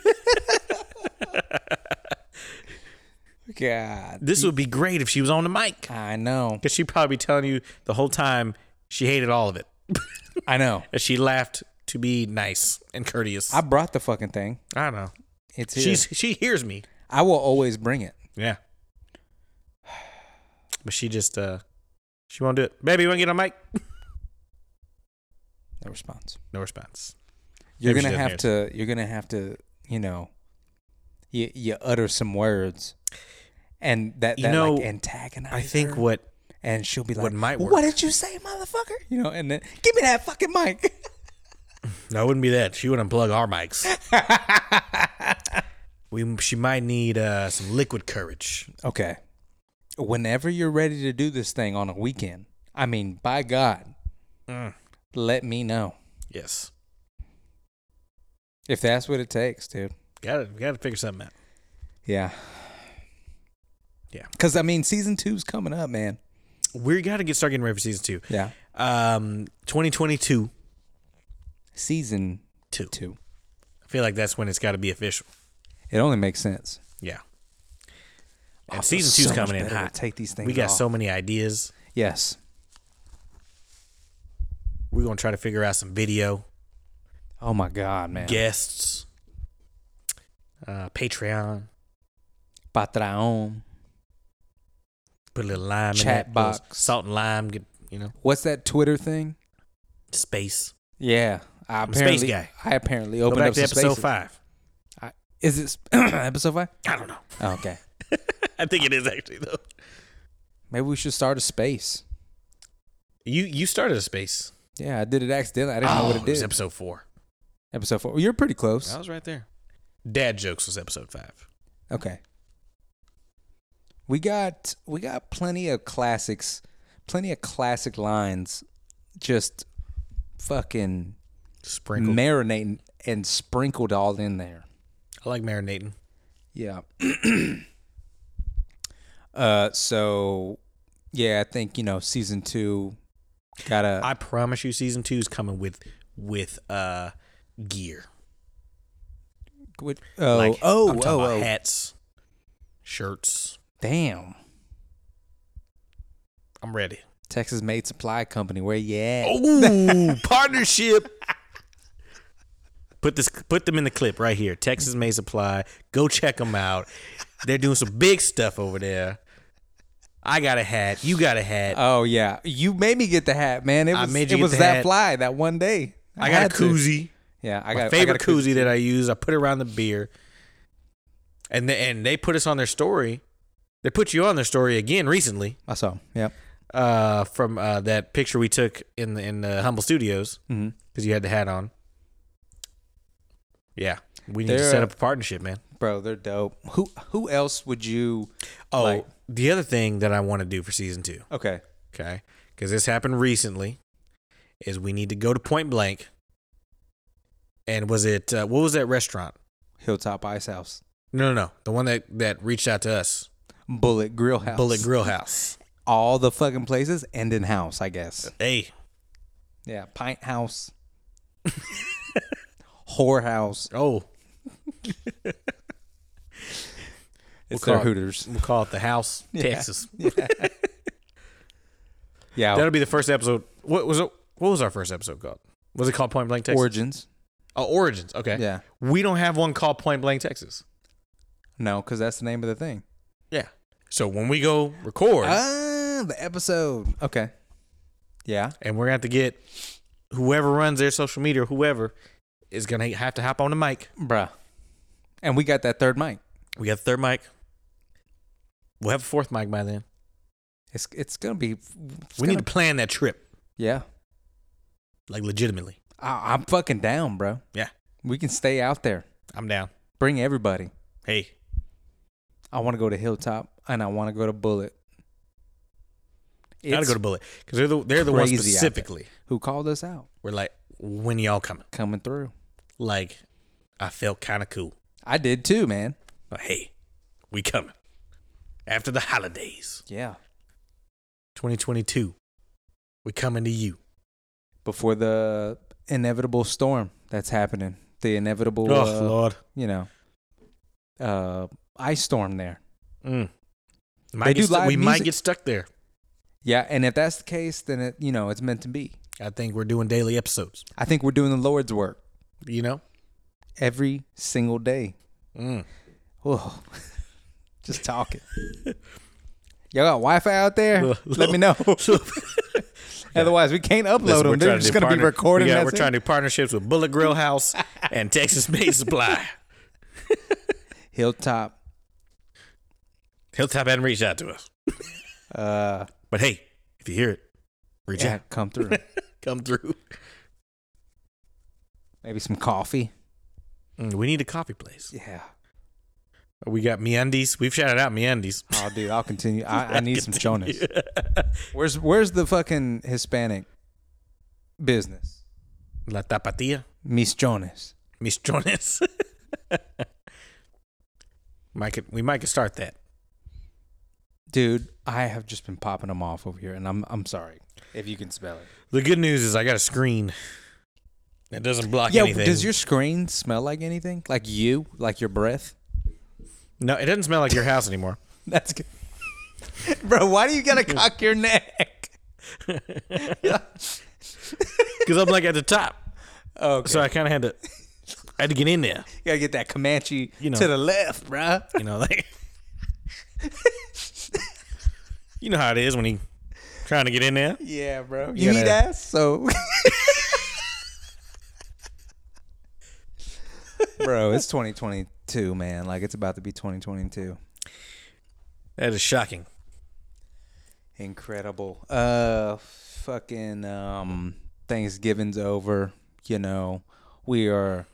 B: God.
A: This would be great if she was on the mic
B: I know.
A: because she'd probably be telling you the whole time she hated all of it.
B: I know.
A: And she laughed to be nice and courteous.
B: I brought the fucking thing.
A: I don't know.
B: It's here.
A: She's she hears me.
B: I will always bring it.
A: Yeah. But she just uh she won't do it. Baby, you wanna get on mic?
B: No response.
A: No response.
B: You're
A: Maybe she
B: gonna have
A: doesn't
B: to you're gonna have to, you know, you you utter some words. And that,
A: You
B: that
A: know,
B: like antagonize
A: I think
B: her,
A: what
B: and she'll be like,
A: what might
B: What
A: work-
B: did you say, motherfucker? You know, and then give me that fucking mic.
A: no, it wouldn't be that. She would unplug our mics. we she might need uh some liquid courage.
B: Okay. Whenever you're ready to do this thing on a weekend, I mean, by God,
A: Mm.
B: let me know
A: Yes.
B: if that's what it takes, dude.
A: Gotta gotta figure something out.
B: Yeah.
A: Yeah.
B: Because, I mean, season two's coming up, man.
A: We gotta get start getting ready for season two.
B: Yeah.
A: Um twenty twenty two.
B: Season
A: Two.
B: two.
A: I feel like that's when it's got to be official.
B: It only makes sense.
A: Yeah. And
B: Oh,
A: season
B: feels
A: two's
B: so much
A: coming in
B: better to
A: hot.
B: Take these things.
A: We got
B: off.
A: so many ideas.
B: Yes.
A: We're gonna try to figure out some video
B: Oh my God, man.
A: guests, uh, Patreon,
B: Patreon.
A: put a little lime in
B: Chat
A: that little
B: box.
A: salt and lime, get you know,
B: What's that Twitter thing?
A: space.
B: Yeah. I
A: a space
B: apparently,
A: guy.
B: I apparently
A: Go
B: opened
A: back
B: up
A: to
B: some
A: episode
B: spaces.
A: five.
B: I, is it sp- episode five?
A: I don't know.
B: Oh, okay.
A: I think it is actually though.
B: Maybe we should start a space.
A: You you started a space. Oh,
B: Yeah, I did it accidentally. I didn't know what it
A: was
B: did.
A: episode four.
B: episode four. You're pretty close.
A: I was right there. Dad jokes was episode five.
B: Okay. We got we got plenty of classics, plenty of classic lines, just fucking
A: Sprinkle.
B: marinating and sprinkled all in there.
A: I like marinating.
B: Yeah. uh. So, yeah, I think you know season two. Gotta.
A: I promise you, season two is coming with with uh gear.
B: quit- oh,
A: Like,
B: oh,
A: I'm talking
B: oh,
A: about
B: oh.
A: hats, shirts.
B: Damn.
A: I'm ready.
B: Texas Made Supply Company. Where you at?
A: Oh, partnership. Put this, put them in the clip right here. Texas May Supply. Go check them out. They're doing some big stuff over there. I got a hat. You got a hat.
B: Oh yeah, you made me get the hat, man. It
A: I
B: was
A: made you
B: it
A: get
B: was
A: the
B: that
A: hat.
B: fly that one day.
A: I got a
B: had to.
A: koozie.
B: Yeah,
A: My
B: I got I
A: favorite
B: got a
A: koozie that I use. I put it around the beer. And they, and they put us on their story. They put you on their story again recently.
B: I saw. Yep.
A: uh, from uh, that picture we took in the in the humble studios because
B: Mhm.
A: you had the hat on. Yeah, we need to
B: They're,
A: set
B: uh,
A: up a partnership, man.
B: Bro, they're dope. Who who else would you
A: Oh,
B: like-
A: the other thing that I want to do for season two,
B: Okay.
A: okay, because this happened recently, is we need to go to Point Blank. And was it uh, what was that restaurant?
B: Hilltop Ice House.
A: No, no, no, the one that that reached out to us,
B: Bullet Grill House.
A: Bullet Grill House.
B: All the fucking places end in house, I guess.
A: hey,
B: Yeah. Pint house. Whore house.
A: oh,
B: It's
A: call
B: their
A: it-
B: hooters.
A: we'll call it the House Texas.
B: Yeah.
A: That'll be the first episode. What was it? What was our first episode called? Was it called Point Blank Texas?
B: Origins.
A: oh, Origins. Okay.
B: Yeah.
A: We don't have one called Point Blank Texas.
B: No, because that's the name of the thing.
A: Yeah. So when we go record,
B: Ah, the episode. Okay. Yeah.
A: and we're gonna have to get whoever runs their social media, whoever is gonna have to hop on the mic.
B: Bruh. And we got that third mic.
A: We got the third mic. We'll have a fourth mic by then.
B: It's it's gonna be.
A: we need to plan that trip,
B: Yeah,
A: like legitimately.
B: I, I'm fucking down, bro.
A: Yeah,
B: We can stay out there.
A: I'm down.
B: Bring everybody.
A: Hey,
B: I want to go to Hilltop and I want to go to Bullet.
A: gotta
B: It's
A: go to Bullet because they're the they're the ones
B: crazy out there.
A: specifically.
B: who called us out
A: We're like, when y'all coming?
B: coming through.
A: Like, I felt kind of cool.
B: I did too, man.
A: But hey, we coming after the holidays,
B: Yeah,
A: 2022. We coming to you.
B: before the inevitable storm that's happening, the inevitable, uh,
A: Oh, Lord,
B: you know, uh, ice storm there.
A: mm.
B: They
A: might
B: do
A: get stu-
B: live
A: we might
B: music.
A: get stuck there.
B: Yeah, and if that's the case, then it you know it's meant to be.
A: I think we're doing daily episodes.
B: I think we're doing the Lord's work
A: You know,
B: every single day.
A: mm.
B: Whoa. Just talking. Y'all got Wi Fi out there?
A: Look,
B: Let me know. Otherwise, we can't upload them. They're just going to be recording.
A: We
B: Yeah,
A: are trying to do partnerships with Bullet Grill House and Texas Made Supply.
B: Hilltop.
A: Hilltop hadn't reached out to us,
B: Uh,
A: but hey, if you hear it, reach
B: yeah,
A: out,
B: come through.
A: come through.
B: Maybe some coffee.
A: Mm, we need a coffee place.
B: Yeah.
A: We got MeUndies. We've shouted out MeUndies.
B: Oh, dude, I'll continue. I, I need some Jonas. Where's Where's the fucking Hispanic business?
A: La Tapatía.
B: Mis Jonas.
A: Mis Jones. might could, we might could start that.
B: Dude, I have just been popping them off over here, and I'm I'm sorry if you can spell it.
A: The good news is I got a screen It doesn't block
B: yeah,
A: anything.
B: does your screen smell like anything? Like you? Like your breath?
A: no, it doesn't smell like your house anymore.
B: That's good. Bro, why do you gotta cock your neck?
A: Because I'm like at the top,
B: Okay.
A: so I kind of had to, I had to get in there.
B: You gotta get that Comanche
A: You know.
B: to the left, bruh.
A: You know, like, you know how it is when he trying to get in there.
B: Yeah, bro. You, eat
A: gotta-
B: ass, so. bro, it's 2022, man. Like, it's about to be 2022.
A: That is shocking.
B: Incredible. Uh, fucking um, Thanksgiving's over. You know, we are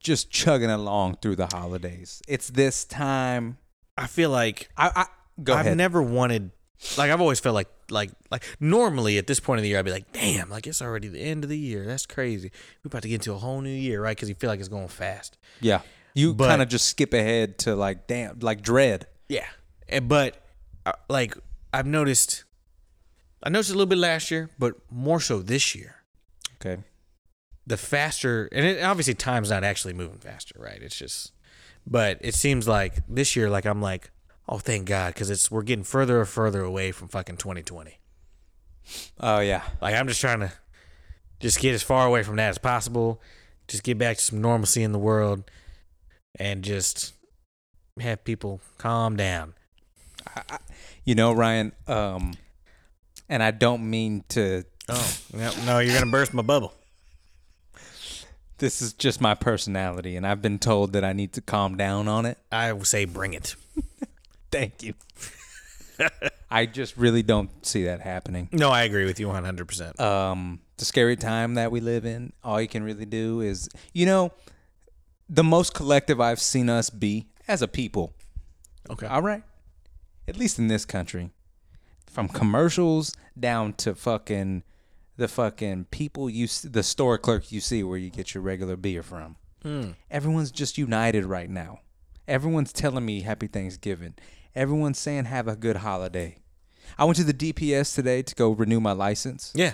B: just chugging along through the holidays. It's this time.
A: I feel like
B: I, I go
A: I've
B: ahead.
A: never wanted like I've always felt like like like normally at this point of the year I'd be like, damn, like it's already the end of the year. That's crazy. We're about to get into a whole new year, right? Because you feel like it's going fast.
B: yeah, you
A: But-
B: kind of just skip ahead to like damn, like dread.
A: Yeah. And, but uh, like I've noticed, I noticed a little bit last year, but more so this year.
B: Okay.
A: The faster, and it, obviously time's not actually moving faster, right? It's just, but it seems like this year, like I'm like, oh thank God, because it's we're getting further and further away from fucking 2020.
B: Oh yeah.
A: Like I'm just trying to just get as far away from that as possible. Just get back to some normalcy in the world and just have people calm down.
B: You know, Ryan. Um, and I don't mean to.
A: Oh, no, no you're going to burst my bubble.
B: This is just my personality, and I've been told that I need to calm down on it.
A: I would say bring it.
B: Thank you. I just really don't see that happening.
A: No, I agree with you 100%.
B: um, the scary time that we live in, all you can really do is, you know, the most collective I've seen us be as a people.
A: Okay.
B: All right. At least in this country. From commercials down to fucking the fucking people you s- the store clerk you see where you get your regular beer from. Everyone's just united right now. Everyone's telling me happy Thanksgiving. Everyone's saying have a good holiday. I went to the DPS today to go renew my license
A: Yeah.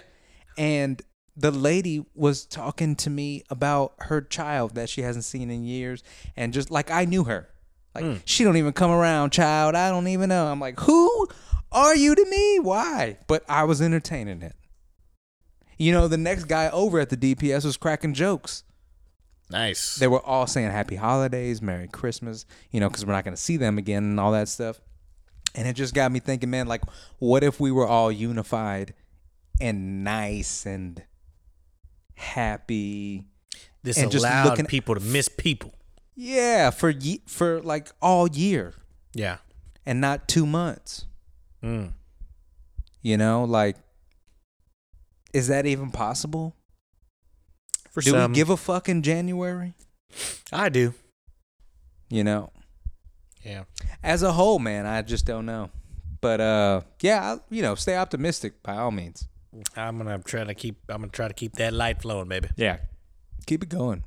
B: and the lady was talking to me about her child that she hasn't seen in years and just like i knew her like she don't even come around child i don't even know i'm like who are you to me why but i was entertaining it you know the next guy over at the dps was cracking jokes
A: Nice.
B: they were all saying happy holidays merry christmas you know because we're not going to see them again and all that stuff and it just got me thinking man like what if we were all unified and nice and happy
A: This
B: and just
A: allowed
B: looking-
A: people to miss people.
B: yeah for ye- for like all year
A: Yeah.
B: and not two months
A: Mm.
B: you know like is that even possible
A: For
B: do
A: some,
B: we give a fuck in january
A: I do.
B: you know
A: Yeah.
B: as a whole, man, I just don't know. But uh, yeah, I, you know, stay optimistic by all means.
A: I'm going to try to keep I'm going to try to keep that light flowing, baby.
B: Yeah, keep it going.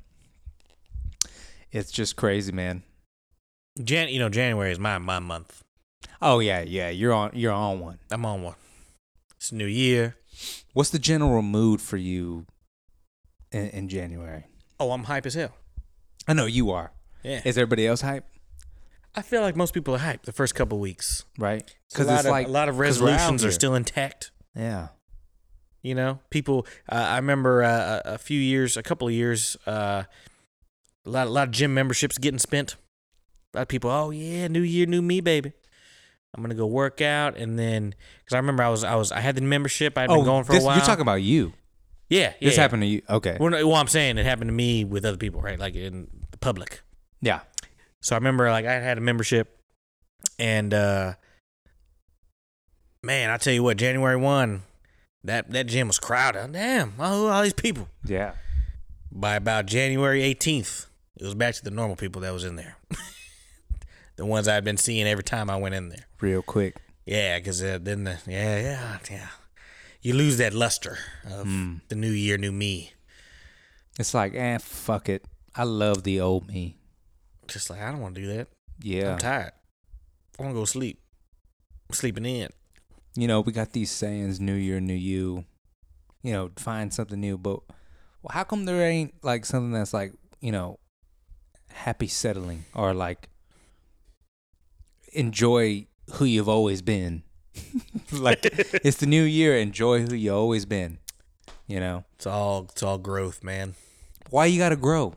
B: It's just crazy, man.
A: Jan, you know, January is my my month.
B: Oh yeah, yeah, you're on, you're on one.
A: I'm on one. It's a new year.
B: What's the general mood for you in, in January?
A: Oh, I'm hype as hell.
B: I know you are.
A: Yeah.
B: Is everybody else hype?
A: I feel like most people are hype the first couple weeks.
B: Right?
A: Because it's like a lot of
B: 'cause we're out
A: resolutions are
B: here.
A: still intact.
B: yeah.
A: You know, people. Uh, I remember uh, a a few years, a couple of years, uh, a lot, a lot of gym memberships getting spent. A lot of people. Oh yeah, new year, new me, baby. I'm gonna go work out, and then because I remember I was, I was, I had the membership. I'd been going for
B: Oh, this-
A: a while.
B: You're talking about you.
A: yeah, yeah.
B: This happened to you. Okay.
A: Well, no, well, I'm saying it happened to me with other people, right? Like in the public.
B: Yeah.
A: So I remember like I had a membership and uh man, I tell you what, January 1, that that gym was crowded. Damn, all, all these people.
B: Yeah.
A: By about January 18th, it was back to the normal people that was in there. the ones I'd been seeing every time I went in there.
B: Real quick.
A: Yeah, cuz uh, then the yeah, yeah, yeah. You lose that luster of the new year, new me.
B: It's like, eh, fuck it. I love the old me.
A: Just like I don't want to do that.
B: Yeah.
A: I'm tired. I want to go sleep. I'm sleeping in.
B: you know, we got these sayings, new year, new you, you know, find something new, but Well, how come there ain't like something that's like you know, happy settling or like enjoy who you've always been? like it's the new year. Enjoy who you always been. You know
A: It's all it's all growth, man.
B: why you got to grow.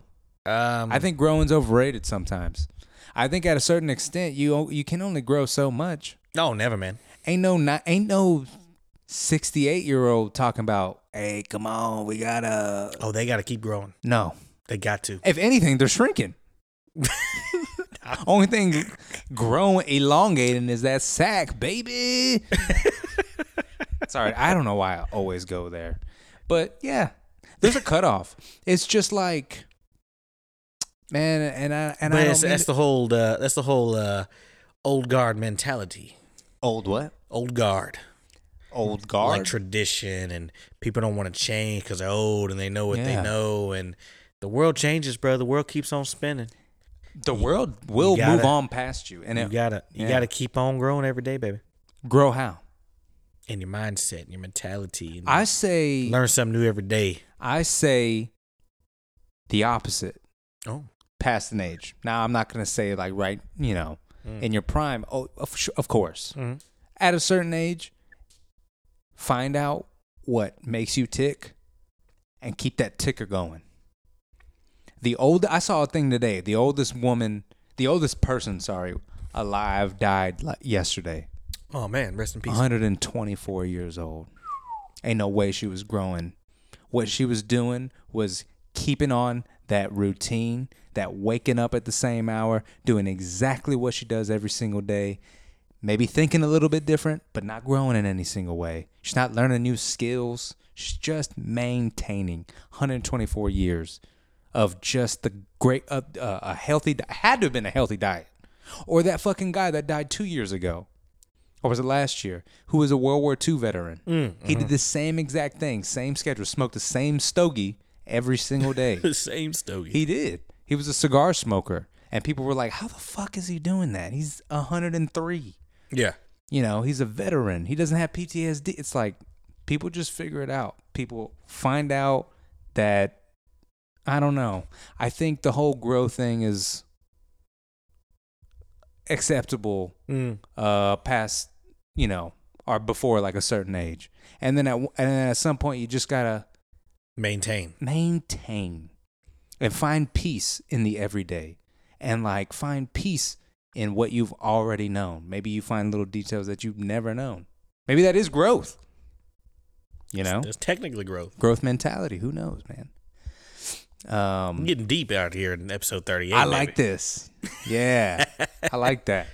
A: Um,
B: I think growing's overrated sometimes. I think at a certain extent, you o- you can only grow so much.
A: no, never, man.
B: Ain't no ni- ain't no sixty eight year old talking about. Hey, come on, we gotta.
A: Oh, they got to keep growing.
B: No,
A: They got to.
B: if anything, they're shrinking. Only thing growing, elongating is that sack, baby. Sorry, I don't know why I always go there. But yeah, there's a cutoff. It's just like, man, and I and
A: But
B: I
A: that's,
B: don't mean
A: that's
B: to-
A: the whole uh, that's the whole uh, old guard mentality.
B: old what
A: Old guard,
B: old guard.
A: like tradition, and people don't want to change because they're old and they know what
B: Yeah.
A: they know, and the world changes, bro. The world keeps on spinning.
B: the world will
A: gotta-
B: move on past you, and
A: You
B: it,
A: gotta you
B: Yeah.
A: gotta keep on growing every day, baby.
B: grow how.
A: And your mindset, and your mentality, and
B: I say,
A: learn something new every day.
B: I say, the opposite.
A: Oh,
B: past an age. Now I'm not gonna say like right, you know,
A: Mm.
B: in your prime. Oh, of, su- of course.
A: Mhm.
B: At a certain age, find out what makes you tick, and keep that ticker going. The old I saw a thing today. The oldest woman, the oldest person, sorry, alive died like yesterday.
A: oh man, rest in peace.
B: 124 years old. Ain't no way she was growing. What she was doing was keeping on that routine, that waking up at the same hour, doing exactly what she does every single day. Maybe thinking a little bit different, but not growing in any single way. She's not learning new skills. She's just maintaining 124 years of just the great, uh, uh, a healthy, di- had to have been a healthy diet. Or that fucking guy that died two years ago or was it last year, who was a World War II veteran. He did the same exact thing, same schedule, smoked the same stogie every single day.
A: The same stogie.
B: he did. He was a cigar smoker. And people were like, how the fuck is he doing that? He's 103.
A: yeah,
B: You know, he's a veteran. He doesn't have PTSD. It's like people just figure it out. People find out that, I don't know. I think the whole grow thing is acceptable
A: Mm.
B: uh past you know or before like a certain age and then at w- and then at some point you just gotta
A: maintain.
B: maintain and find peace in the everyday and like find peace in what you've already known maybe you find little details that you've never known maybe that is growth you know
A: That's technically growth.
B: growth mentality who knows man um
A: I'm getting deep out here in episode 38.
B: I
A: baby.
B: like this. Yeah, I like that.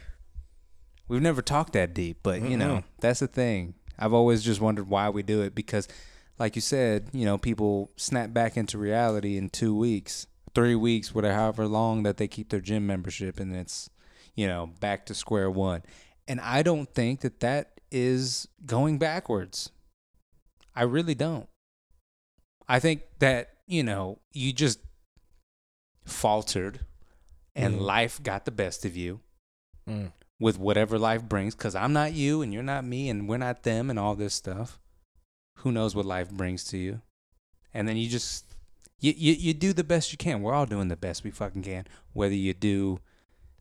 B: We've never talked that deep, but you know, that's the thing. I've always just wondered why we do it because, like you said, you know, people snap back into reality in two weeks, three weeks, whatever, however long that they keep their gym membership, and it's, you know, back to square one. And I don't think that that is going backwards. I really don't. I think that, you know, you just faltered and
A: Mm.
B: life got the best of you
A: Mm.
B: with whatever life brings because i'm not you and you're not me and we're not them and all this stuff who knows what life brings to you and then you just you, you, you do the best you can we're all doing the best we fucking can whether you do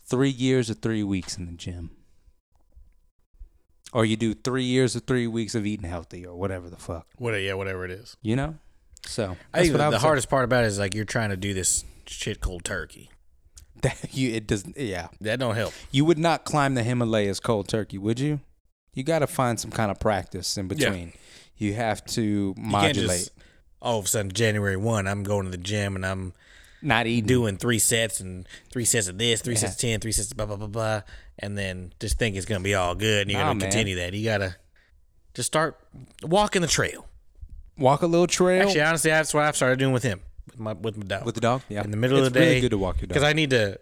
B: three years or three weeks in the gym or you do three years or three weeks of eating healthy or whatever the fuck
A: Whatever, yeah, whatever it is.
B: you know so
A: I
B: that's
A: think
B: what
A: the,
B: I
A: the
B: would say.
A: hardest part about it is like you're trying to do this shit cold turkey.
B: that you it doesn't yeah
A: That don't help.
B: You would not climb the Himalayas cold turkey, would you? You got to find some kind of practice in
A: Yeah.
B: between. You have to
A: You can't
B: modulate,
A: just all of a sudden January one, I'm going to the gym and I'm
B: Mm. not eating.
A: doing three sets and three sets of this, three sets of ten, three sets of blah blah blah blah, and then just think it's gonna be all good and you're
B: Nah,
A: gonna
B: man.
A: continue that. You gotta just start walking the trail.
B: Walk a little trail
A: Actually, honestly, that's what I've started doing with him, with my with my dog.
B: with the dog. Yeah,
A: in the middle
B: it's
A: of the day.
B: really good to walk your dog.
A: because I need to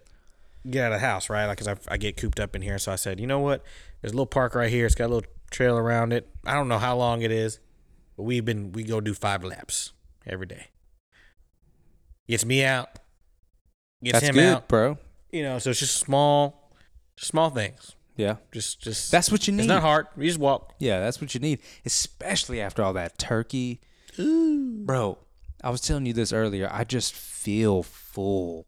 A: get out of the house, right? Like, cause I, I get cooped up in here. So I said, you know what? There's a little park right here. It's got a little trail around it. I don't know how long it is, but we've been we go do five laps every day. Gets me out. Gets
B: That's
A: him
B: good,
A: out.
B: bro.
A: You know, so it's just small, small things.
B: Yeah,
A: Just, just
B: that's what you
A: it's
B: need.
A: not hard. You just walk.
B: yeah, that's what you need, especially after all that turkey, bro. I was telling you this earlier. I just feel full.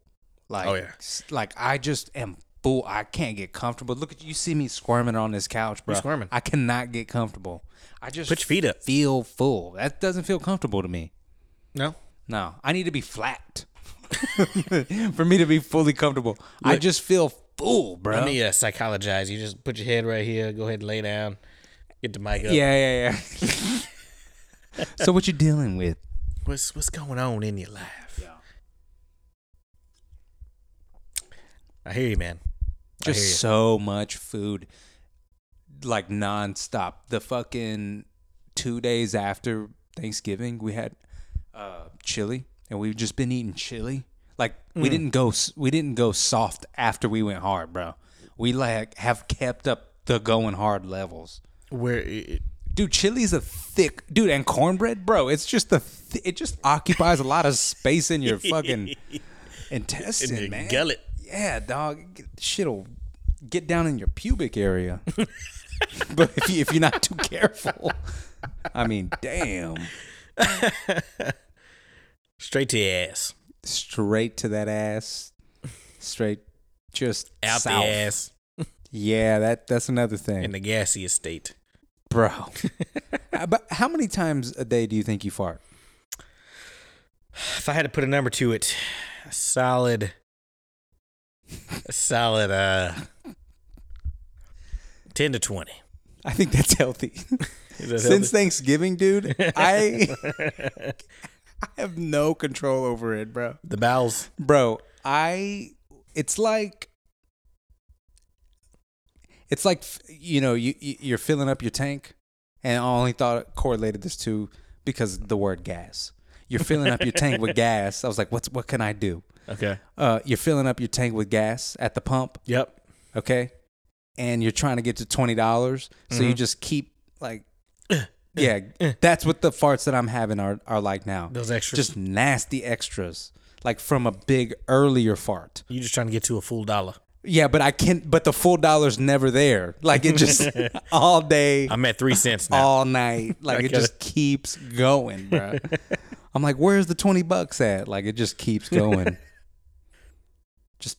B: Like,
A: Oh, yeah.
B: s- like I just am full. I can't get comfortable. Look at you. See me squirming on this couch, bro.
A: squirming.
B: I cannot get comfortable. I just
A: Put your feet up.
B: feel full. That doesn't feel comfortable to me.
A: No.
B: No, I need to be flat for me to be fully comfortable. I just feel full, bro.
A: Let me uh, psychologize. You just put your head right here. Go ahead and lay down. Get the mic up.
B: yeah, yeah, yeah. so what you dealing with?
A: What's what's going on in your life? Yeah. I hear you, man. I hear you.
B: Just so much food, like nonstop. The fucking two days after Thanksgiving, we had uh, chili, and we've just been eating chili. Like
A: Mm.
B: we didn't go, s- we didn't go soft after we went hard, bro. We like have kept up the going hard levels.
A: Where it,
B: Dude, chili's a thick dude, and cornbread, bro. It's just the th- it just occupies a lot of space in your fucking intestine,
A: in your
B: man.
A: gullet.
B: Yeah, dog. Get- Shit'll get down in your pubic area, but if you, if you're not too careful, I mean, damn,
A: Straight to your ass.
B: straight to that ass, straight just
A: Out
B: south.
A: the ass.
B: Yeah, that that's another thing,
A: In the gaseous state.
B: bro. Uh, but how many times a day do you think you fart?
A: If I had to put a number to it, a solid, a solid, uh, 10 to 20.
B: I think that's healthy.
A: Is that
B: since Thanksgiving, dude, I I have no control over it, bro.
A: the bowels.
B: Bro, I it's like it's like you know you you- you're filling up your tank, and I only thought correlated this to because of the word gas. You're filling up your tank with gas. I was like, what's what can I do?
A: Okay.
B: Uh, you're filling up your tank with gas at the pump
A: Yep.
B: okay and you're trying to get to $20 dollars so you just keep like yeah that's what the farts that i'm having are, are like now
A: Those extras.
B: just nasty extras like from a big earlier fart
A: You're just trying to get to a full dollar.
B: yeah but i can't but the full dollar's never there like it just all day
A: I'm at three cents now.
B: all night like it
A: gotta-
B: just keeps going bro i'm like where's the 20 bucks at like it just keeps going just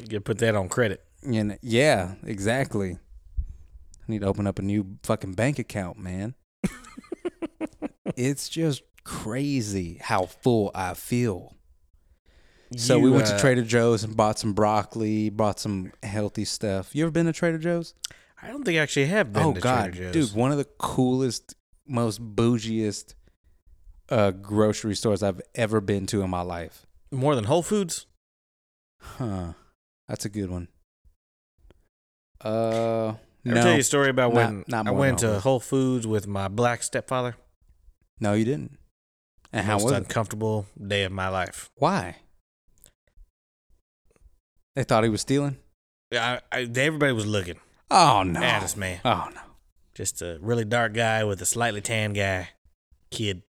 A: You can put that on credit.
B: You know, yeah, exactly. I need to open up a new fucking bank account, man. it's just crazy how full I feel. So we
A: You,
B: went to
A: uh,
B: Trader Joe's and bought some broccoli, bought some healthy stuff. You ever been to Trader Joe's?
A: I don't think I actually have been
B: oh
A: to
B: god,
A: Trader Joe's.
B: dude, one of the coolest, most bougiest uh, grocery stores I've ever been to in my life.
A: More than Whole Foods?
B: Huh, that's a good one. Uh,
A: I'll
B: no,
A: tell you a story about
B: Not-
A: when
B: not
A: I
B: more
A: went
B: than Whole
A: to
B: Foods.
A: Whole Foods with my black stepfather.
B: No, you didn't. And how
A: Most
B: was it?
A: uncomfortable day of my life.
B: Why? They thought he was stealing.
A: I, I, everybody was looking
B: Oh no!
A: at us, man.
B: Oh no!
A: Just a really dark guy with a slightly tan guy, kid.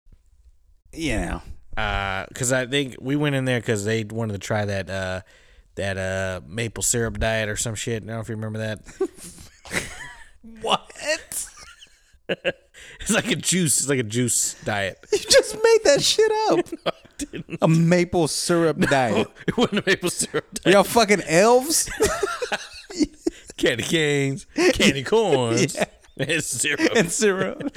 B: You know.
A: Because I think we went in there because they wanted to try that uh, that uh, maple syrup diet or some shit. I don't know if you remember that.
B: What?
A: It's like a juice. It's like a juice diet.
B: You just made that shit up. A maple syrup diet.
A: it wasn't a maple syrup diet.
B: Y'all fucking elves?
A: Candy canes, candy corns, and syrup.
B: and syrup.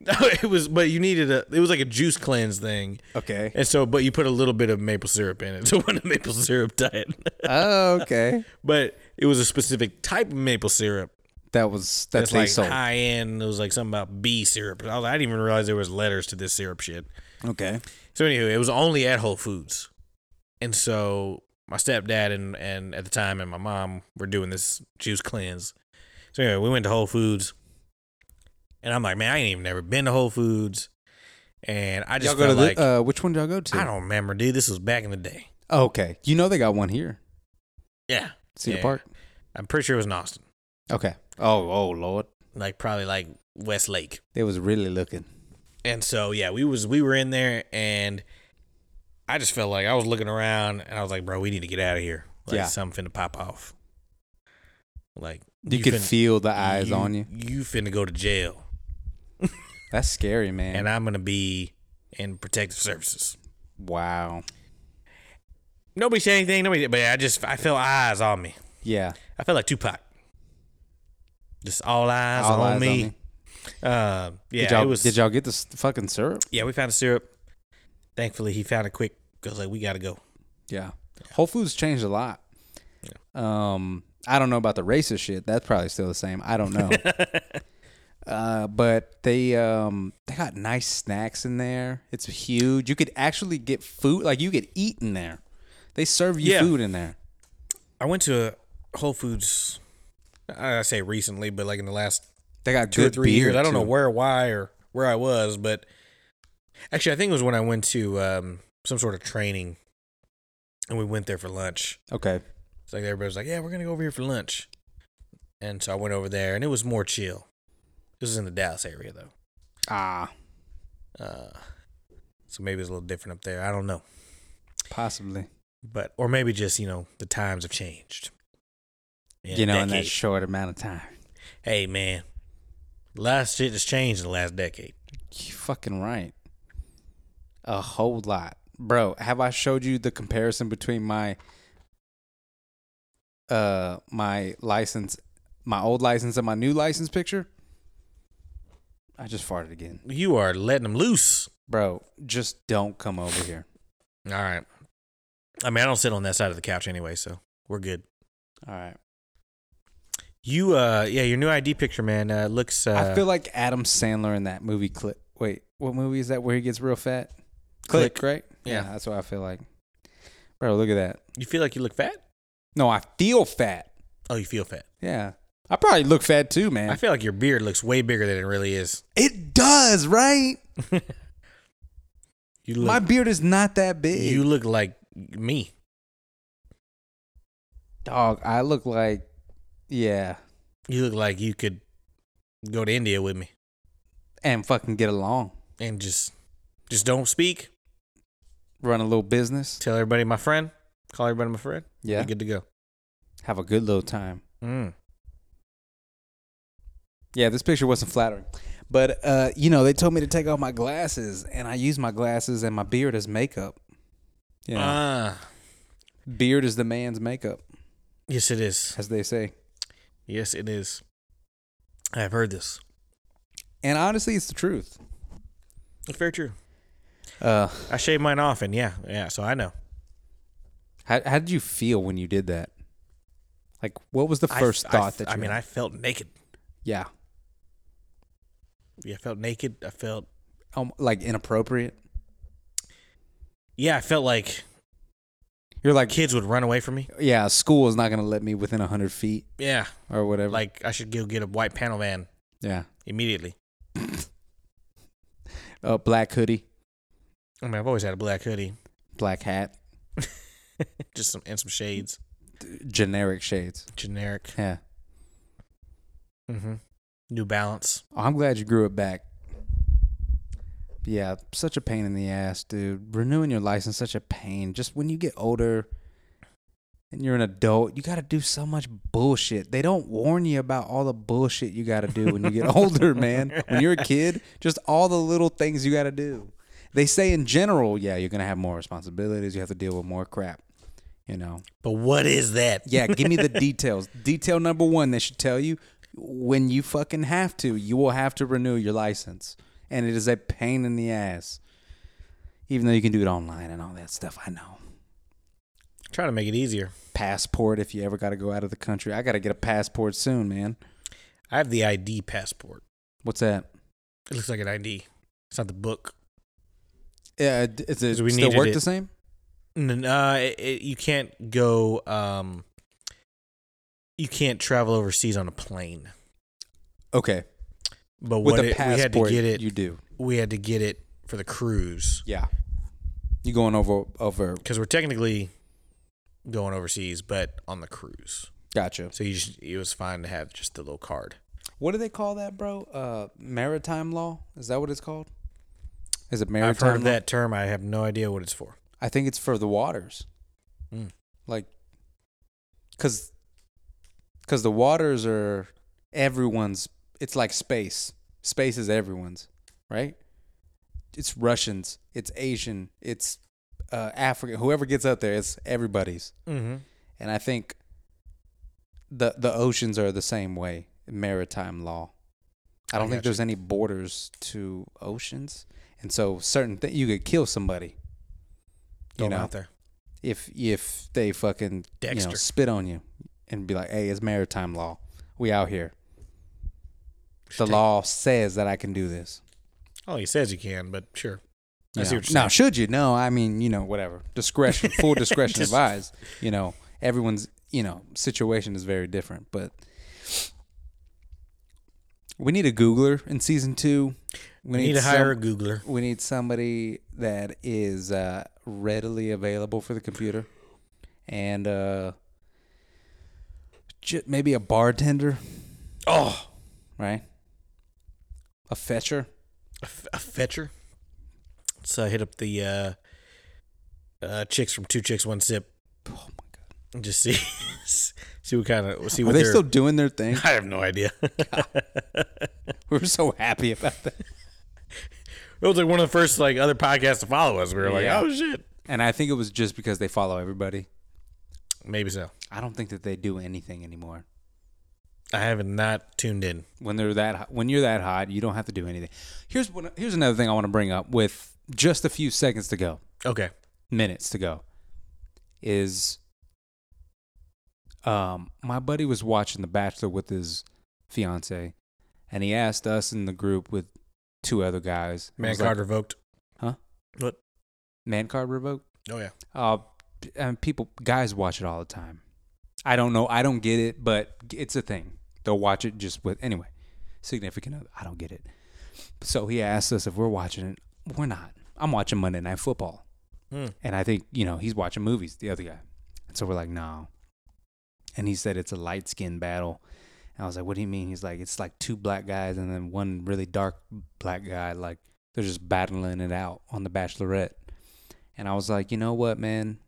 A: No, it was, but you needed a. It was like a juice cleanse thing,
B: Okay.
A: and so, but you put a little bit of maple syrup in it. So it wasn't a maple syrup diet,
B: Oh, okay.
A: but it was a specific type of maple syrup.
B: That was that's
A: It's like
B: sold.
A: high end. It was like something about B syrup. I, was, I didn't even realize there was letters to this syrup shit.
B: Okay.
A: So anyway, it was only at Whole Foods, and so my stepdad and and at the time and my mom were doing this juice cleanse. So anyway, we went to Whole Foods, and I'm like, man, I ain't even never been to Whole Foods, and I
B: Y'all
A: just
B: go to
A: felt like
B: the, uh, which one did y'all go to?
A: I don't remember, dude. This was back in the day.
B: Okay. You know they got one here,
A: Yeah,
B: Cedar
A: Yeah.
B: Park.
A: I'm pretty sure it was in Austin,
B: Okay. Oh, oh Lord,
A: like probably like Westlake.
B: they was really looking.
A: And so yeah, we was we were in there, and I just felt like I was looking around, and I was like, bro, we need to get out of here. Like
B: Yeah.
A: something to pop off. Like
B: You, could
A: fin-
B: feel the eyes
A: you-
B: on you.
A: You finna go to jail,
B: That's scary, man.
A: and I'm gonna be and protective services.
B: Wow.
A: Nobody said anything. Nobody, did, but I just I felt eyes on me.
B: Yeah.
A: I felt like Tupac. Just all eyes, on,
B: All eyes on
A: me.
B: me.
A: Uh, yeah,
B: Did y'all,
A: it was.
B: did y'all get the s- fucking syrup?
A: yeah, we found a syrup. Thankfully, he found it quick. Cause like we gotta go.
B: Yeah. Whole Foods changed a lot. Um, I don't know about the racist shit. That's probably still the same. I don't know. uh, but they um they got nice snacks in there. It's huge. You could actually get food. Like you could eat in there. They serve you
A: Yeah.
B: food in there.
A: I went to a Whole Foods. I I say recently, but like in the last
B: They got
A: two or
B: good
A: three
B: beer,
A: years. I don't know
B: too.
A: where, why, or where I was, but actually, I think it was when I went to um, some sort of training, and we went there for lunch.
B: Okay.
A: It's like everybody was like, "Yeah, we're gonna go over here for lunch," and so I went over there, and it was more chill. This is in the Dallas area, though,
B: Ah,
A: uh, so maybe it's a little different up there. I don't know,
B: possibly.
A: but or maybe just you know the times have changed. In
B: you
A: a
B: know, in that
A: decade.
B: short amount of time.
A: hey man, a lot of shit has changed in the last decade.
B: You fucking right. A whole lot. Bro, have I showed you the comparison between my uh my license my old license and my new license picture? I just farted again.
A: You are letting them loose.
B: Bro, just don't come over here.
A: All right. I mean, I don't sit on that side of the couch anyway, so we're good.
B: All right.
A: You, uh, yeah, your new ID picture, man, uh, looks. Uh,
B: I feel like Adam Sandler in that movie clip. Wait, what movie is that where he gets real fat?
A: Click.
B: right?
A: Yeah.
B: yeah, that's what I feel like. Bro, look at that.
A: you feel like you look fat.
B: No, I feel fat.
A: Oh, you feel fat.
B: Yeah. I probably look fat too, man.
A: I feel like your beard looks way bigger than it really is.
B: It does, right?
A: You look,
B: My beard is not that big.
A: you look like me.
B: dog, I look like yeah,
A: You look like you could go to India with me
B: and fucking get along.
A: and just, just don't speak.
B: Run a little business.
A: Tell everybody my friend. Call everybody my friend.
B: Yeah.
A: You're good to go.
B: Have a good little time.
A: Mm.
B: Yeah, this picture wasn't flattering. But uh, you know, they told me to take off my glasses and I use my glasses and my beard as makeup. You know,
A: Ah,
B: beard is the man's makeup,
A: yes, it is.
B: as they say.
A: Yes, it is. I've heard this.
B: And honestly, it's the truth.
A: It's very true.
B: Uh,
A: I shave mine off, and yeah, yeah. So I know.
B: how, how did you feel when you did that? Like, what was the
A: I-
B: first
A: I,
B: thought that you
A: I mean,
B: had?
A: I felt naked.
B: yeah,
A: Yeah, I felt naked. I felt
B: um, like inappropriate.
A: yeah, I felt like
B: You're like,
A: kids would run away from me.
B: yeah, school is not going to let me within 100 feet
A: Yeah,
B: or whatever.
A: like I should go get a white panel van
B: yeah.
A: immediately.
B: A black hoodie,
A: I mean, I've always had a black hoodie,
B: black hat,
A: just some and some shades,
B: generic shades.
A: generic.
B: Yeah.
A: Mm-hmm. New Balance.
B: I'm glad you grew it back. Yeah, such a pain in the ass, dude. Renewing your license, such a pain. Just when you get older and you're an adult, you got to do so much bullshit. They don't warn you about all the bullshit you got to do when you get older, man. When you're a kid, just all the little things you got to do. They say in general, yeah, you're going to have more responsibilities. You have to deal with more crap, you know.
A: But what is that?
B: Yeah, give me the details. Detail number one, they should tell you when you fucking have to, you will have to renew your license. And it is a pain in the ass. Even though you can do it online and all that stuff, I know.
A: Try to make it easier.
B: Passport if you ever got to go out of the country. I got to get a passport soon, man.
A: I have the ID passport.
B: What's that?
A: It looks like an ID. It's not the book.
B: Yeah, d- is it
A: We
B: still
A: needed
B: work
A: it.
B: the same?
A: N- Uh, it, it, you can't go. Um, you can't travel overseas on a plane.
B: Okay.
A: But
B: With
A: what
B: a
A: it- we had
B: passport,
A: to get it.
B: you do.
A: we had to get it for the cruise
B: Yeah. You going over over
A: because we're technically going overseas, but on the cruise.
B: gotcha.
A: So you just, it was fine to have just the little card.
B: What do they call that, bro? Uh maritime law? Is that what it's called? Is it maritime
A: I've heard of
B: law?
A: that term. I have no idea what it's for.
B: I think it's for the waters.
A: Mm.
B: Like, cause, cause the waters are everyone's. It's like space. Space is everyone's, right? it's Russians, it's Asian, it's uh, African. Whoever gets out there, it's everybody's.
A: Mm-hmm.
B: And I think the the oceans are the same way. Maritime law. I
A: I
B: don't think
A: gotcha.
B: there's any borders to oceans, and so certain thi- you could kill somebody.
A: Throw
B: You
A: 'em
B: know,
A: out there.
B: if if they fucking you know
A: Dexter.
B: spit on you and be like, "Hey, it's maritime law. We out here. The
A: Should
B: law says that I can do this."
A: take- Oh, he says you can, but sure. I
B: You
A: see
B: know.
A: what you're
B: Now, should you? No, I mean, you know, whatever. Discretion, full discretion
A: Dis-
B: advised. You know, everyone's, you know, situation is very different, but we need a Googler in season two.
A: We need to hire a Googler.
B: some- we need somebody that is uh, readily available for the computer, and uh, ju- maybe a bartender,
A: Oh,
B: right? A fetcher.
A: a, f- a fetcher. So I hit up the uh, uh, chicks from Two Chicks One Sip
B: Oh my god,
A: and just see see what kind of see
B: are
A: what
B: they
A: they're-
B: still doing their thing?
A: I have no idea.
B: We were so happy about that.
A: It was like one of the first like other podcasts to follow us. We were like,
B: Yeah.
A: oh shit.
B: And I think it was just because they follow everybody.
A: Maybe so.
B: I don't think that they do anything anymore.
A: I have not tuned in.
B: When they're that hot- when you're that hot, you don't have to do anything. Here's one, here's another thing I want to bring up with just a few seconds to go,
A: Okay.
B: minutes to go, is um my buddy was watching The Bachelor with his fiance, and he asked us in the group with two other guys. I
A: Man
B: was like,
A: card revoked.
B: Huh?
A: What?
B: man card revoked.
A: Oh yeah.
B: Uh, and people, guys watch it all the time. I don't know. I don't get it, but it's a thing. They'll watch it just with anyway. Significant. Other, I don't get it. So he asked us if we're watching it. We're not. I'm watching Monday Night Football,
A: Hmm.
B: and I think you know he's watching movies. The other guy, and so we're like, no. And he said it's a light skin battle. And I was like, what do you mean? He's like, it's like two black guys and then one really dark black guy. Like they're just battling it out on The Bachelorette. And I was like, you know what, man?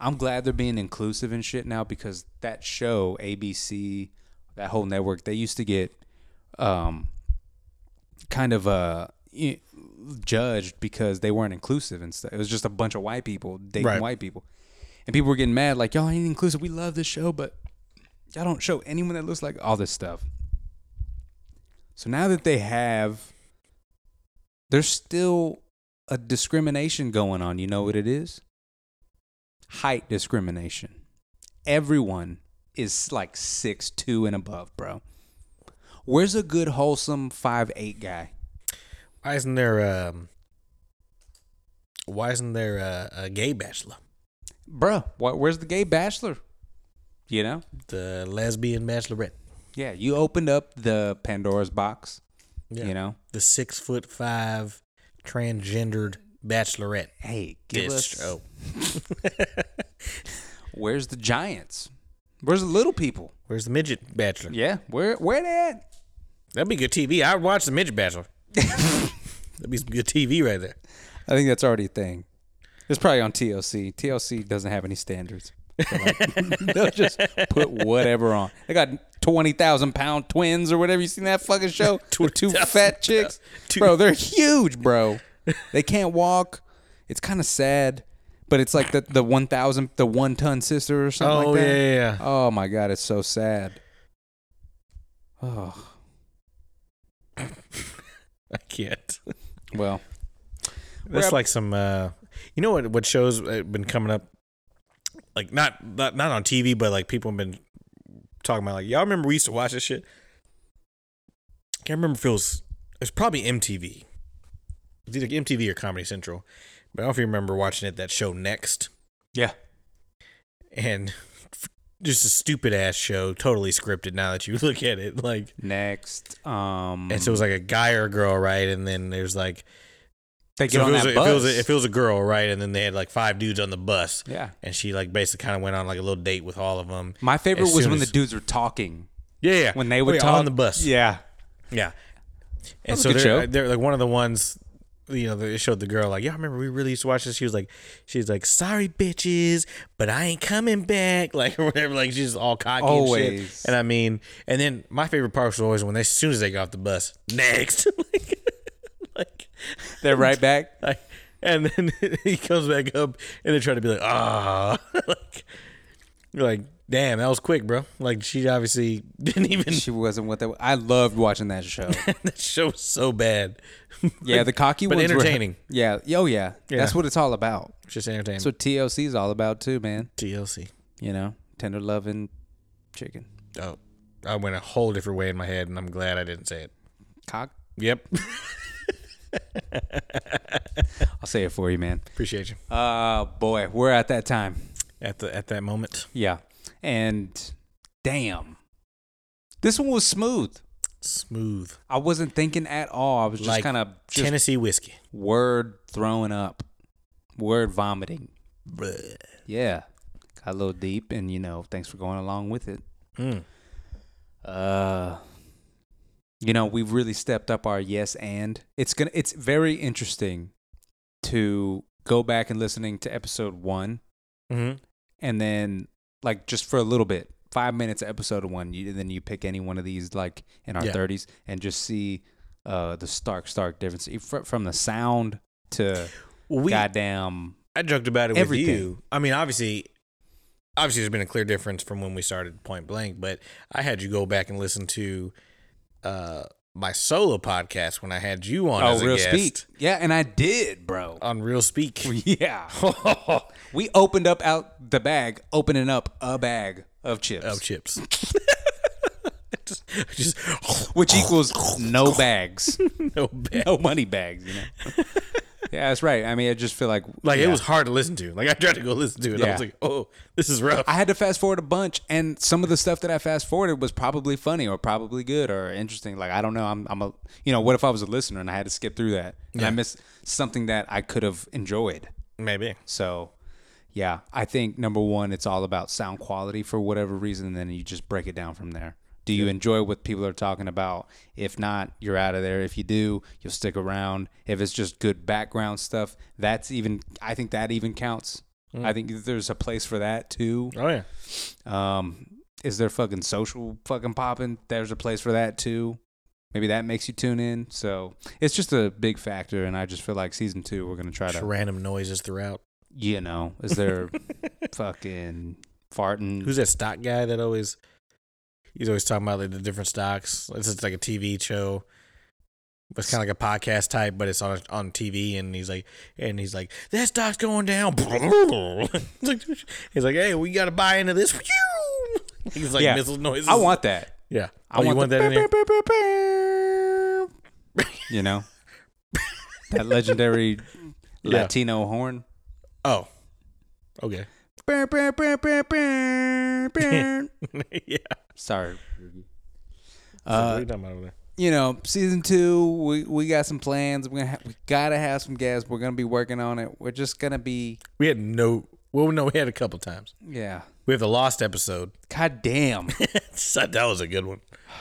B: I'm glad they're being inclusive and shit now because that show, ABC, that whole network, they used to get um, kind of uh, y- judged because they weren't inclusive and stuff. It was just a bunch of white people dating
A: Right.
B: white people. And people were getting mad, like, y'all ain't inclusive. We love this show, but y'all don't show anyone that looks like all this stuff. So now that they have, there's still a discrimination going on. You know what it is? Height discrimination. Everyone is like six two and above, bro. Where's a good wholesome five eight guy?
A: Why isn't there um why isn't there uh, a gay bachelor?
B: Bro, wh- where's the gay bachelor? You know?
A: The lesbian bachelorette.
B: Yeah, you opened up the Pandora's box,
A: Yeah.
B: you know?
A: The six foot five transgendered bachelorette. Oh.
B: Hey, give
A: This
B: us
A: show.
B: Where's the giants? Where's the little people?
A: Where's the midget bachelor?
B: Yeah, where where they at?
A: That'd be good TV. I'd watch the midget bachelor. That'd be some good TV right there.
B: I think that's already a thing. It's probably on TLC. TLC doesn't have any standards. They're like- They'll just put whatever on. They got twenty thousand pound twins or whatever. You seen that fucking show? With two
A: 20,000
B: fat chicks,
A: Two-
B: bro. They're huge, bro. They can't walk. It's kind of sad, but it's like the the one thousand, the one ton sister or something
A: oh
B: like
A: yeah,
B: that.
A: yeah, yeah.
B: Oh my god, it's so sad. Oh
A: I can't.
B: well,
A: That's
B: up-
A: like some. Uh, you know what? What shows uh, been coming up? Like not not not on TV, but like people have been talking about. Like y'all remember we used to watch this shit. Can't remember if it was. It was probably MTV. It's either MTV or Comedy Central. But I don't know if you remember watching it that show Next
B: yeah,
A: and just a stupid ass show, totally scripted. Now that you look at it, like
B: Next, um,
A: and so it was like a guy or a girl, right? And then there's like
B: they get
A: so
B: on
A: if, it was
B: that
A: a, if, it
B: bus.
A: was a, if it was a girl, right? And then they had like five dudes on the bus.
B: yeah,
A: and she like basically kind of went on like a little date with all of them.
B: my favorite
A: As
B: was
A: soon
B: when
A: as-
B: the dudes were talking
A: Yeah, yeah.
B: when they would
A: Oh, yeah,
B: talk
A: on the bus. Yeah,
B: Yeah,
A: yeah. And
B: was a
A: so
B: good
A: they're,
B: show.
A: they're like one of the ones. You know, they showed the girl like, yeah, I remember we really used to watch this. She was like, she's like, sorry bitches, but I ain't coming back, like or whatever. Like she's all cocky and
B: Always.
A: shit. And I mean, and then my favorite part was always when they, as soon as they got off the bus, next, like, like
B: They're right back.
A: Like, and then he comes back up and they try to be like, ah, like, you're like, damn, that was quick, bro. Like, she obviously didn't even.
B: She wasn't what that. I loved watching that show.
A: that show was so bad.
B: Yeah, the cocky
A: but
B: ones were-
A: entertaining.
B: yeah. Oh yeah. That's
A: Yeah. Mm.
B: what it's all about.
A: Just entertaining.
B: That's what TLC is all about too, man.
A: TLC.
B: You know, tender loving chicken
A: Oh, I went a whole different way in my head, and I'm glad I didn't say it.
B: cock.
A: Yep.
B: I'll say it for you, man.
A: Appreciate you.
B: Uh boy, we're at that time.
A: At the at that moment,
B: Yeah. And damn. This one was smooth.
A: smooth
B: I wasn't thinking at all. I was just
A: Like
B: kind of just
A: Tennessee whiskey.
B: word throwing up, word vomiting.
A: Bleh.
B: Yeah. Got a little deep, and you know, thanks for going along with it.
A: Mm.
B: Uh, you know, we've really stepped up our yes and. It's gonna. It's very interesting to go back and listening to episode one,
A: hmm
B: and then like just for a little bit, five minutes of episode one, you, then you pick any one of these like in our
A: Yeah.
B: thirties, and just see uh the stark, stark difference e- fr- from the sound to
A: Well, we
B: goddamn
A: I joked about it with
B: Everything.
A: you. I mean, obviously, obviously, there's been a clear difference from when we started Point Blank, but I had you go back and listen to uh, my solo podcast when I had you on as
B: oh
A: a
B: real
A: guest
B: speak. Yeah, and I did, bro.
A: on Real Speak.
B: Yeah. we opened up out the bag, opening up a bag of chips,
A: of chips. just, just oh,
B: which equals no bags,
A: no bad.
B: no money bags, you know? yeah, that's right. I mean, I just feel like.
A: Like it
B: yeah.
A: was hard to listen to. Like I tried to go listen to it. I
B: Yeah.
A: was like, oh, this is rough.
B: I had to fast forward a bunch, and some of the stuff that I fast forwarded was probably funny or probably good or interesting. Like I don't know, I'm, I'm a, you know, what if I was a listener and I had to skip through that and I missed something that I could have enjoyed?
A: Maybe.
B: So, yeah, I think number one, it's all about sound quality for whatever reason. And then you just break it down from there. Do you enjoy what people are talking about? If not, you're out of there. If you do, you'll stick around. If it's just good background stuff, that's even, I think that even counts. I think there's a place for that too.
A: Oh yeah.
B: Um, is there fucking social fucking popping? There's a place for that too. Maybe that makes you tune in. So it's just a big factor. And I just feel like season two, we're going to try
A: Just
B: to
A: random noises throughout.
B: you know, is there fucking farting?
A: Who's that stock guy that always? He's always talking about like the different stocks. It's just like a TV show. It's kind of like a podcast type, but it's on on TV, and he's like, and he's like, that stock's going down. he's like, hey, we got to buy into this. He's like
B: Yeah.
A: missile noises.
B: I want that.
A: yeah.
B: I
A: Oh, you
B: want,
A: want
B: the
A: that in there?
B: You know, that legendary
A: Yeah.
B: Latino horn.
A: Oh, okay. yeah.
B: Uh, Sorry.
A: what are you talking about over there?
B: You know, season two, we, we got some plans. We're gonna ha- we gotta have some gas. We're gonna be working on it. We're just gonna be
A: We had no. Well, no, we had a couple times.
B: yeah.
A: We have the lost episode.
B: God damn.
A: that was a good one.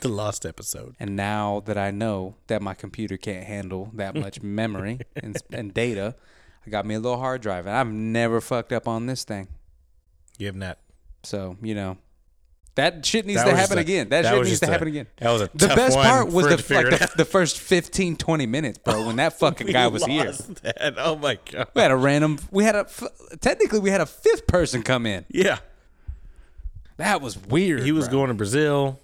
A: The lost episode.
B: And now that I know that my computer can't handle that much memory and, and data, I got me a little hard drive, and I've never fucked up on this thing.
A: You have not.
B: So you know, that shit needs
A: That
B: to
A: was
B: happen
A: just a-
B: again. That,
A: that
B: shit
A: was
B: needs
A: just
B: to
A: a-
B: happen again.
A: that was a
B: the
A: tough
B: best
A: one
B: part was
A: for
B: the
A: it to figure
B: like
A: it
B: the, the first 15, 20 minutes, bro. When that fucking guy was here,
A: here. That. Oh my god.
B: we had a random. We had a f- technically we had a fifth person come in.
A: Yeah.
B: That was weird.
A: He was
B: bro.
A: going to Brazil.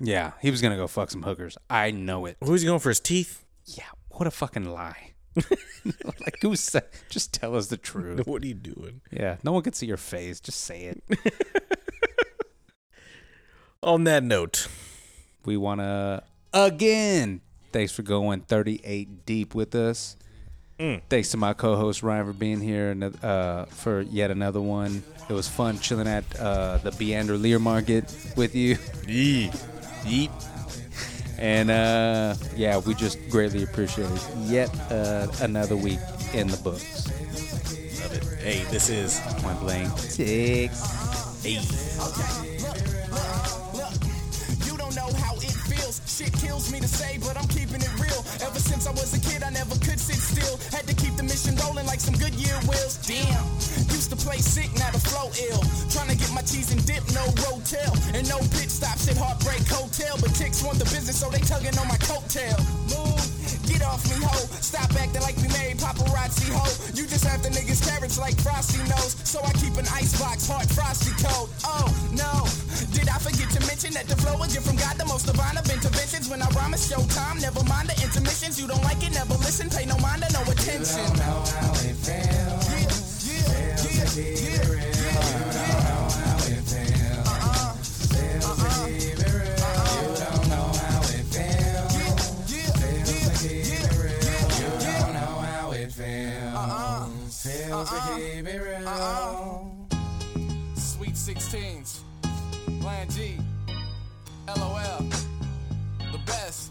B: Yeah, he was gonna go fuck some hookers. I know it.
A: Who's he going for his teeth?
B: Yeah, what a fucking lie. like who's sa- just tell us the truth.
A: What are you doing?
B: Yeah, no one can see your face. Just say it.
A: On that note,
B: We want to again. Thanks for going 38 deep with us. Thanks to my co-host Ryan for being here and uh, for yet another one. It was fun chilling at uh, the Beander Lear Market with you,
A: yeet. Yeet.
B: and uh, yeah, we just greatly appreciate it. Yet uh, another week in the books.
A: Love it. Hey, this is
B: Point blank. Ticks.
A: hey.
C: You don't know how it feels. Shit kills me to say, but I'm keeping it real. Ever since I was a kid, I never could sit still. Had to keep the mission rolling like some Goodyear wheels. Damn. Used to play sick, now the flow ill. Trying to get my cheese and dip, no rotel. And no pit stops at Heartbreak Hotel. But ticks want the business, so they tugging on my coattail. Move, get off me, ho. Stop acting like we married paparazzi, ho. You just have the niggas' carrots like Frosty knows. So I keep an icebox, hard frosty cold. Oh, no. Did I forget to mention that the flow is gift from God, the most divine of interventions? When I rhyme, it's showtime. Never mind the intermissions. You don't like it, never listen. Pay no mind to no attention. Yeah, yeah, yeah, yeah, Uh-uh. yeah, yeah. Uh-uh. Sweet 16s, Plan G, LOL, the best.